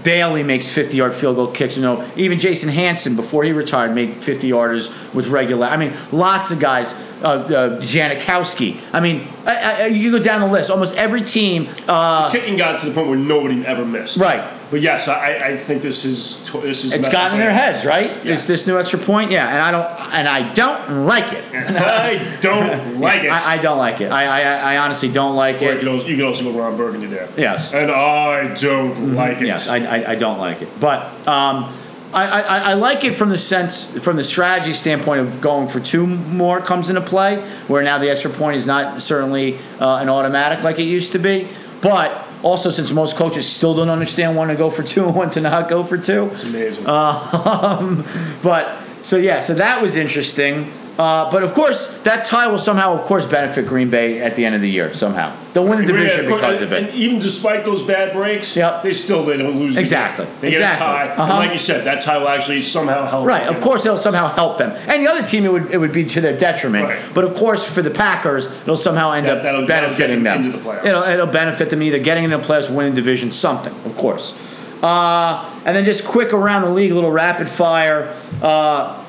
A: Bailey makes 50 yard field goal kicks. You know, even Jason Hansen, before he retired, made 50 yarders with regular. I mean, lots of guys. Uh, uh, Janikowski. I mean, I, I, you go down the list. Almost every team. Uh,
B: Kicking got to the point where nobody ever missed.
A: right.
B: But yes, I, I- I think this is to- this is
A: It's
B: messing
A: gotten in their
B: up.
A: heads, right?
B: Yeah.
A: Is this new extra point? Yeah, and I don't, and I don't like it.
B: I don't like it.
A: I, I don't like it. I, I, I honestly don't like
B: Or you
A: it.
B: could also, you could also go Ron Burgundy there.
A: Yes.
B: And I don't like
A: Mm-hmm.
B: it.
A: Yes, I, I, I don't like it, but um, I, I, I- I like it from the sense from the strategy standpoint of going for two more comes into play, where now the extra point is not certainly uh, an automatic like it used to be, but. Also, since most coaches still don't Uh, understand one to go for two and one to not go for two,
B: it's amazing.
A: um, but So yeah, so that was interesting. Uh, but of course, that tie will somehow, of course, benefit Green Bay at the end of the year. Somehow, they'll win the division
B: Yeah, of course,
A: because of
B: and
A: it.
B: even despite those bad breaks,
A: Yep.
B: they still they don't lose. the game.
A: Exactly.
B: They get
A: Exactly.
B: a tie. And
A: Uh-huh.
B: like you said, that tie will actually somehow help.
A: Right. Of course, it'll somehow help them. And the other team, it would it would be to their detriment.
B: Right.
A: But of course, for the Packers, it'll somehow end
B: That-
A: up
B: that'll- that'll get
A: benefiting
B: them
A: them.
B: into the playoffs.
A: It'll it'll benefit them either getting into the playoffs, winning the division, something. Of course. Uh, and then just quick around the league, little rapid fire. Uh,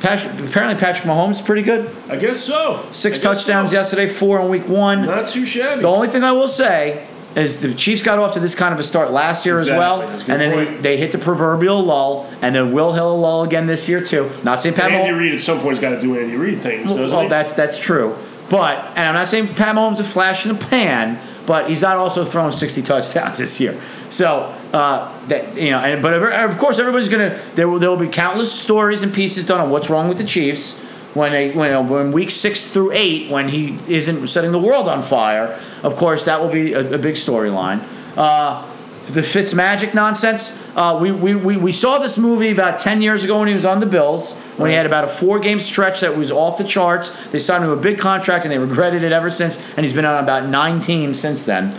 A: Patrick, apparently, Patrick Mahomes pretty good.
B: I guess so.
A: Six
B: I guess
A: touchdowns
B: so.
A: yesterday, four in week one.
B: Not too shabby.
A: The only thing I will say is the Chiefs got off to this kind of a start last year
B: Exactly.
A: as well,
B: That's a good
A: and then they,
B: point.
A: they hit the proverbial lull, and then Will Hill lull again this year too. Not saying Pat
B: Andy
A: Mahomes.
B: Reid at some point's got to do Andy Reid things, doesn't
A: Well,
B: he?
A: that's that's true, but and I'm not saying Pat Mahomes a flash in the pan, but he's not also throwing 60 touchdowns this year. So uh, that you know, and but ever- of course everybody's gonna there will there will be countless stories and pieces done on what's wrong with the Chiefs. When, they, when, when week six through eight, when he isn't setting the world on fire, of course that will be a, a big storyline. Uh, the Fitz magic nonsense. Uh, we, we, we, we saw this movie about 10 years ago when he was on the Bills, when he had about a four game stretch that was off the charts. They signed him a big contract and they regretted it ever since, and he's been on about nine teams since then.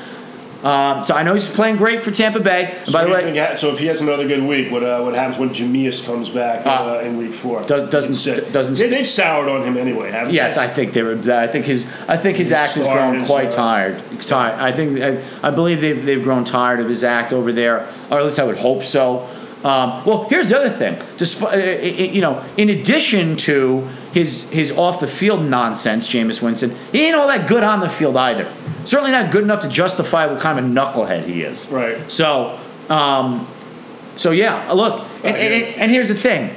A: Um, so I know he's playing great for Tampa Bay. And
B: so,
A: by the
B: what do
A: way,
B: you think ha- so if he has another good week, what uh, what happens when Jameis comes back
A: Ah.
B: uh, in week four?
A: Does- doesn't-
B: In six?
A: doesn't-
B: They, they've soured on him anyway, haven't
A: Yes,
B: they?
A: I think they were. I think his. I think his
B: His
A: act has
B: star
A: grown
B: is,
A: quite
B: uh,
A: tired. Tired. I think. I, I believe they've they've grown tired of his act over there, or at least I would hope so. Um, well, here's the other thing. Despite, uh, uh, you know, in addition to his his off the field nonsense, Jameis Winston, he ain't all that good on the field either. Certainly not good enough to justify what kind of a knucklehead he is.
B: Right.
A: So, um, so yeah. Look, and, and, and- and here's the thing: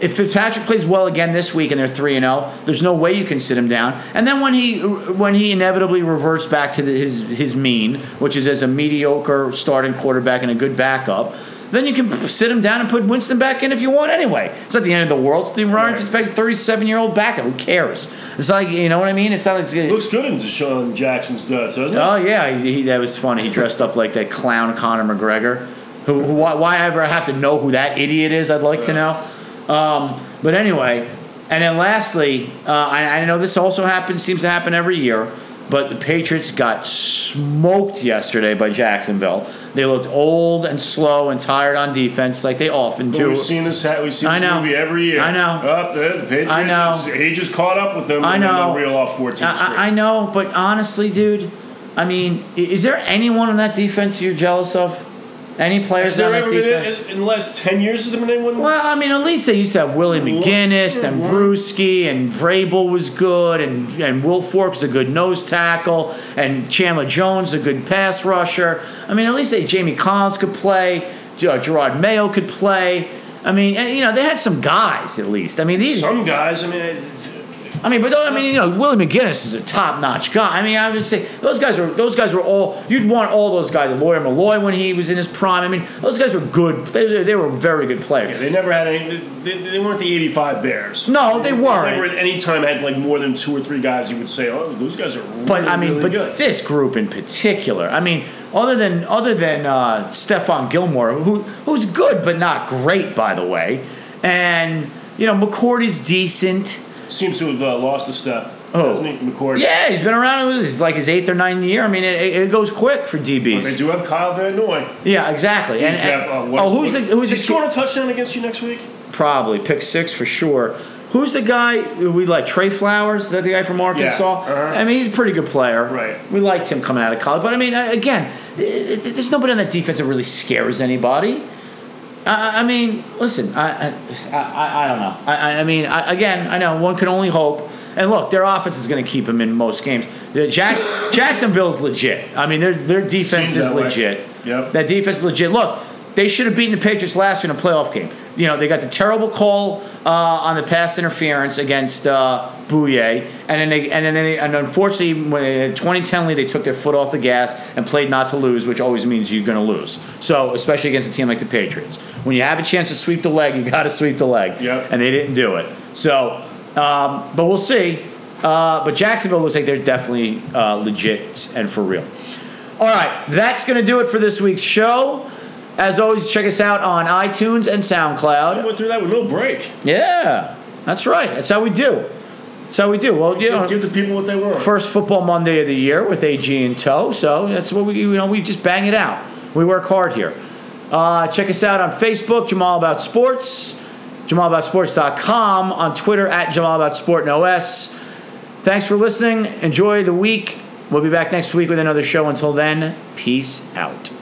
A: if Fitzpatrick plays well again this week and they're three and zero, there's no way you can sit him down. And then when he when he inevitably reverts back to the, his his mean, which is as a mediocre starting quarterback and a good backup. Then you can sit him down and put Winston back in if you want. Anyway, it's not the end of the world. It's the Ryan
B: Right.
A: Fitzpatrick, thirty-seven-year-old backup. Who cares? It's like you know what I mean. It's not like it's gonna-
B: Looks good in Deshaun Jackson's does, doesn't it?
A: Oh yeah, he, he, that was funny. He dressed up like that clown Conor McGregor. Who, who why, why I ever have to know who that idiot is? I'd like to know. Um, but anyway, and then lastly, uh, I, I know this also happens. Seems to happen every year. But the Patriots got smoked yesterday by Jacksonville. They looked old and slow and tired on defense, like they often do.
B: We've seen this. ha- We've seen
A: I
B: this
A: know.
B: movie every year.
A: I know.
B: Up there, the Patriots.
A: I know.
B: it's- He just caught up with them.
A: I
B: and then
A: know.
B: they'll Reel off fourteen.
A: I,
B: straight.
A: I- I know, but honestly, dude, I mean, i- is there anyone on that defense you're jealous of? Any players
B: Has there
A: on that
B: ever been
A: defense?
B: is- in the last ten years? Has there been anyone?
A: Well, I mean, at least they used to have Willie McGinnis and Brewski and Vrabel was good and and Will Fork's a good nose tackle and Chandler Jones a good pass rusher. I mean, at least they Jamie Collins could play, G- uh, Gerard Mayo could play. I mean, and, you know, they had some guys at least. I mean, these.
B: Some guys. I mean, it-
A: I mean, but I mean, you know, Willie McGinnis is a top-notch guy. I mean, I would say those guys were those guys were all. You'd want all those guys. Lawyer Malloy when he was in his prime. I mean, those guys were good. They, they were very good players.
B: they never had any. They, they weren't the '85 Bears.
A: No, they weren't.
B: Never at any time had like more than two or three guys. You would say, "Oh, those guys are." Really,
A: But I mean,
B: really
A: but
B: good.
A: this group in particular. I mean, other than other than uh, Stefan Gilmore, who who's good but not great, by the way, and you know McCourty's decent.
B: seems to have uh, lost a step.
A: Oh.
B: doesn't he? McCord.
A: Yeah, he's been around. It was it's like his eighth or ninth year. I mean, it, it it goes quick for
B: They
A: DBs.
B: do have Kyle Van Noy.
A: Yeah, exactly. And, and-
B: Uh, what-
A: oh, who's the
B: what-
A: who's
B: is he
A: the
B: scoring a touchdown against you next week?
A: probably pick six for sure. Who's the guy we like? Trey Flowers is that the guy from Arkansas?
B: uh-huh.
A: I mean, he's a pretty good player.
B: Right.
A: We liked him coming out of college, but I mean, uh, again, i- i- there's nobody on that defense that really scares anybody. I, I- I mean, listen, I I, I, I don't know. I, I- I mean, I, again, I know one can only hope. And look, their offense is going to keep them in most games. The Jack, Jacksonville's legit. I mean, their their defense
B: Seems
A: is
B: that way.
A: legit.
B: Yep.
A: That defense is legit. Look, they should have beaten the Patriots last year in a playoff game. You know, they got the terrible call uh, on the pass interference against uh, Bouye, and then they, and then they, and unfortunately, when they had 2010 lead, they took their foot off the gas and played not to lose, which always means you're going to lose. So, especially against a team like the Patriots, when you have a chance to sweep the leg, you got to sweep the leg.
B: Yep.
A: And they didn't do it. So, um, but we'll see. Uh, but Jacksonville looks like they're definitely uh, legit and for real. All right, that's going to do it for this week's show. As always, check us out on iTunes and
B: I
A: SoundCloud.
B: went through that with no break.
A: Yeah, that's right. That's how we do. That's how we do. Well, you know,
B: Give the people what they were.
A: first football Monday of the year with AG in tow. So that's what we you know we just bang it out. We work hard here. Uh, check us out on Facebook, Jamal About Sports, JamalAboutSports.com, on Twitter at Jamal About Sport no S. Thanks for listening. Enjoy the week. We'll be back next week with another show. Until then, peace out.